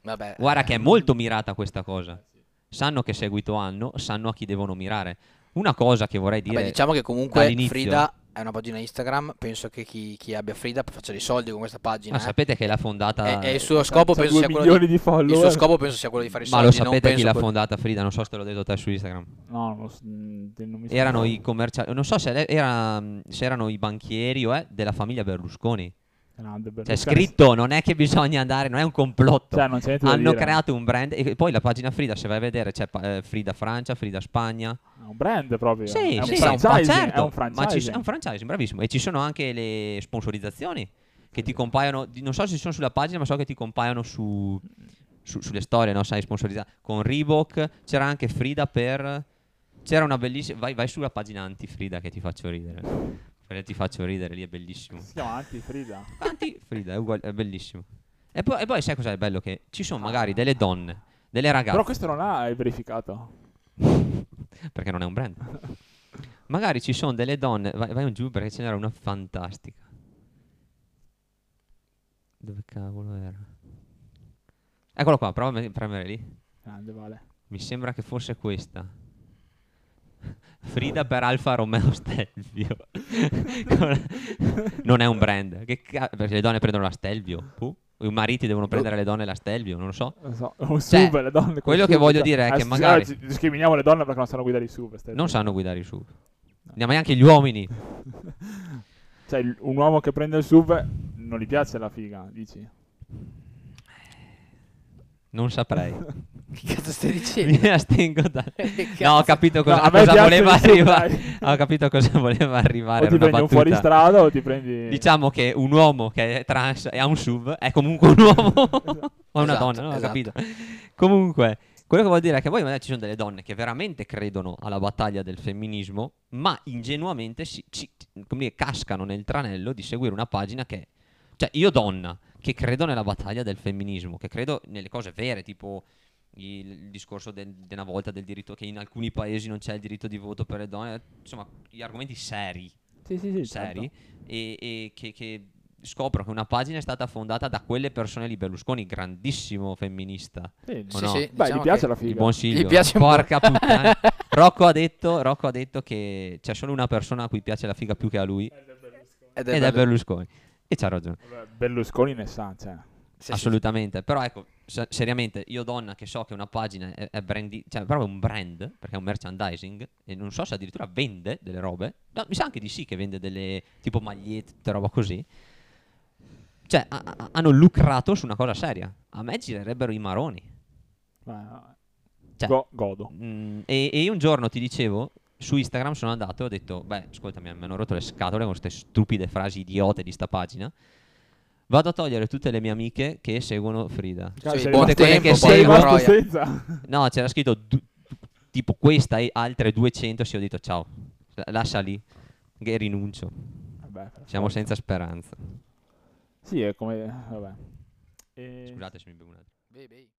Speaker 3: Vabbè, eh.
Speaker 1: Guarda che è molto mirata questa cosa. Sanno che seguito hanno, sanno a chi devono mirare. Una cosa che vorrei dire...
Speaker 3: vabbè, diciamo che comunque
Speaker 1: dall'inizio-
Speaker 3: Frida è una pagina Instagram. Penso che chi, chi abbia Frida faccia dei soldi con questa pagina.
Speaker 1: ma
Speaker 3: eh.
Speaker 1: Ah, sapete che l'ha fondata...
Speaker 3: E, e il suo scopo
Speaker 2: C'ha
Speaker 3: penso
Speaker 2: due
Speaker 3: sia quello
Speaker 2: milioni
Speaker 3: di.
Speaker 2: di, follower.
Speaker 3: Il suo scopo penso sia quello di Eh, fare i
Speaker 1: Ma
Speaker 3: soldi.
Speaker 1: lo
Speaker 3: non
Speaker 1: sapete chi
Speaker 3: penso
Speaker 1: l'ha
Speaker 3: quello-
Speaker 1: fondata Frida? Non so se te l'ho detto te su Instagram.
Speaker 2: No, non, so, mm, non mi
Speaker 1: Erano
Speaker 2: sembra.
Speaker 1: i commerciali, non so se, le- era- se erano i banchieri o eh, della famiglia Berlusconi.
Speaker 2: Grande,
Speaker 1: Cioè,
Speaker 2: Berlusconi.
Speaker 1: è scritto, non è che bisogna andare, non è un complotto.
Speaker 2: Cioè, non c'è niente da
Speaker 1: Hanno
Speaker 2: dire.
Speaker 1: creato un brand e poi la pagina Frida, se vai a vedere, c'è pa- eh, Frida Francia, Frida Spagna.
Speaker 2: È un brand proprio.
Speaker 1: Sì,
Speaker 2: è un
Speaker 1: sì,
Speaker 2: franchising,
Speaker 1: ma certo,
Speaker 2: è un
Speaker 1: ma ci-
Speaker 2: franchising.
Speaker 1: è un franchising, bravissimo. E ci sono anche le sponsorizzazioni che ti compaiono, di- non so se ci sono sulla pagina, ma so che ti compaiono su, su- sulle storie, no? Sai, sponsorizzate. Con Reebok c'era anche Frida per... C'era una bellissima... Vai, vai sulla pagina anti-Frida che ti faccio ridere. Perché ti faccio ridere, lì è bellissimo.
Speaker 2: Si chiama Antifrida.
Speaker 1: Anti Frida è, uguale- è bellissimo. E poi, e poi sai cos'è bello? Che ci sono magari delle donne, delle ragazze,
Speaker 2: Però questo non l'hai verificato.
Speaker 1: perché non è un brand. Magari ci sono delle donne, vai, vai un giù perché ce n'era una fantastica. Dove cavolo era? Eccolo qua, prova a me- premere lì.
Speaker 2: Grande, vale.
Speaker 1: Mi sembra che fosse questa. Frida per Alfa Romeo Stelvio. Con- non è un brand. Che ca- perché le donne prendono la Stelvio. Puh. I mariti devono prendere le donne la Stelvio, non lo so.
Speaker 2: Non so, un
Speaker 1: Cioè,
Speaker 2: sub, le Oh, donne.
Speaker 1: quello
Speaker 2: con
Speaker 1: che
Speaker 2: sub,
Speaker 1: voglio
Speaker 2: cioè,
Speaker 1: dire è che
Speaker 2: adesso-
Speaker 1: magari-
Speaker 2: ah, ci- discriminiamo le donne perché non sanno guidare i sub. stai
Speaker 1: Non
Speaker 2: zitto.
Speaker 1: sanno guidare i SUV. Ma neanche gli uomini.
Speaker 2: Cioè, il- un uomo che prende il sub non gli piace la figa, dici?
Speaker 1: Non saprei.
Speaker 3: Che cazzo stai dicendo?
Speaker 1: Mi astengo da...
Speaker 3: Che
Speaker 1: No, ho
Speaker 3: cazzo?
Speaker 1: capito
Speaker 2: No,
Speaker 1: cosa,
Speaker 2: a
Speaker 1: a
Speaker 2: me
Speaker 1: cosa
Speaker 2: piace
Speaker 1: voleva
Speaker 2: il sub,
Speaker 1: arrivare.
Speaker 2: dai.
Speaker 1: Ho capito cosa voleva arrivare.
Speaker 2: O
Speaker 1: era una
Speaker 2: ti prendi un
Speaker 1: battuta.
Speaker 2: fuoristrada o ti prendi...
Speaker 1: Diciamo che un uomo che è trans e ha un SUV è comunque un uomo o una
Speaker 3: Esatto,
Speaker 1: donna, non ho
Speaker 3: esatto.
Speaker 1: capito. Comunque, quello che vuol dire è che poi magari ci sono delle donne che veramente credono alla battaglia del femminismo, ma ingenuamente si, ci- come dire, cascano nel tranello di seguire una pagina che... Cioè, io donna, che credo nella battaglia del femminismo, che credo nelle cose vere, tipo il, il discorso del- di una volta del diritto che in alcuni paesi non c'è il diritto di voto per le donne, insomma, gli argomenti seri
Speaker 2: Sì, sì, certo. sì.
Speaker 1: seri e, e che, che scopro che una pagina è stata fondata da quelle persone lì. Berlusconi, grandissimo femminista.
Speaker 2: certo. Sì.
Speaker 1: O no?
Speaker 3: sì,
Speaker 2: Beh,
Speaker 3: diciamo
Speaker 2: gli piace
Speaker 3: che-
Speaker 2: la
Speaker 1: Di
Speaker 2: figa.
Speaker 1: buon Silvio.
Speaker 3: Gli piace un po'.
Speaker 1: Porca puttana. Rocco ha, detto, Rocco ha detto che c'è solo una persona a cui piace la figa più che a lui
Speaker 3: Ed
Speaker 1: ed è Berlusconi. E c'ha ragione.
Speaker 2: Vabbè, Berlusconi ne sa, cioè.
Speaker 3: Sì, sì,
Speaker 1: Assolutamente. Però ecco, se- seriamente, io donna che so che una pagina è, è brandi- cioè proprio un brand, perché è un merchandising, e non so se addirittura vende delle robe, No, mi sa anche di sì che vende delle tipo magliette, roba così. Cioè, ha- ha- hanno lucrato su una cosa seria. A me girerebbero i maroni.
Speaker 2: Ma-
Speaker 1: Cioè-
Speaker 2: Go- godo.
Speaker 1: Mm, e, e io un giorno ti dicevo, su Instagram sono andato e ho detto, beh, ascoltami, mi hanno rotto le scatole con queste stupide frasi idiote di sta pagina. Vado a togliere tutte le mie amiche che seguono Frida.
Speaker 3: Cioè,
Speaker 2: sei
Speaker 3: buon
Speaker 2: rimasto-
Speaker 1: tempo,
Speaker 2: sei
Speaker 1: poi,
Speaker 2: rimasto
Speaker 3: Troia.
Speaker 2: senza.
Speaker 1: No, c'era scritto du- tipo questa e altre 200. Sì, ho detto ciao, la- lascia lì. Che rinuncio.
Speaker 2: Vabbè, per
Speaker 1: Siamo
Speaker 2: forza.
Speaker 1: senza speranza.
Speaker 2: Sì, è come... Vabbè. E-
Speaker 1: Scusate se mi bevo un attimo.
Speaker 3: Bei, bei.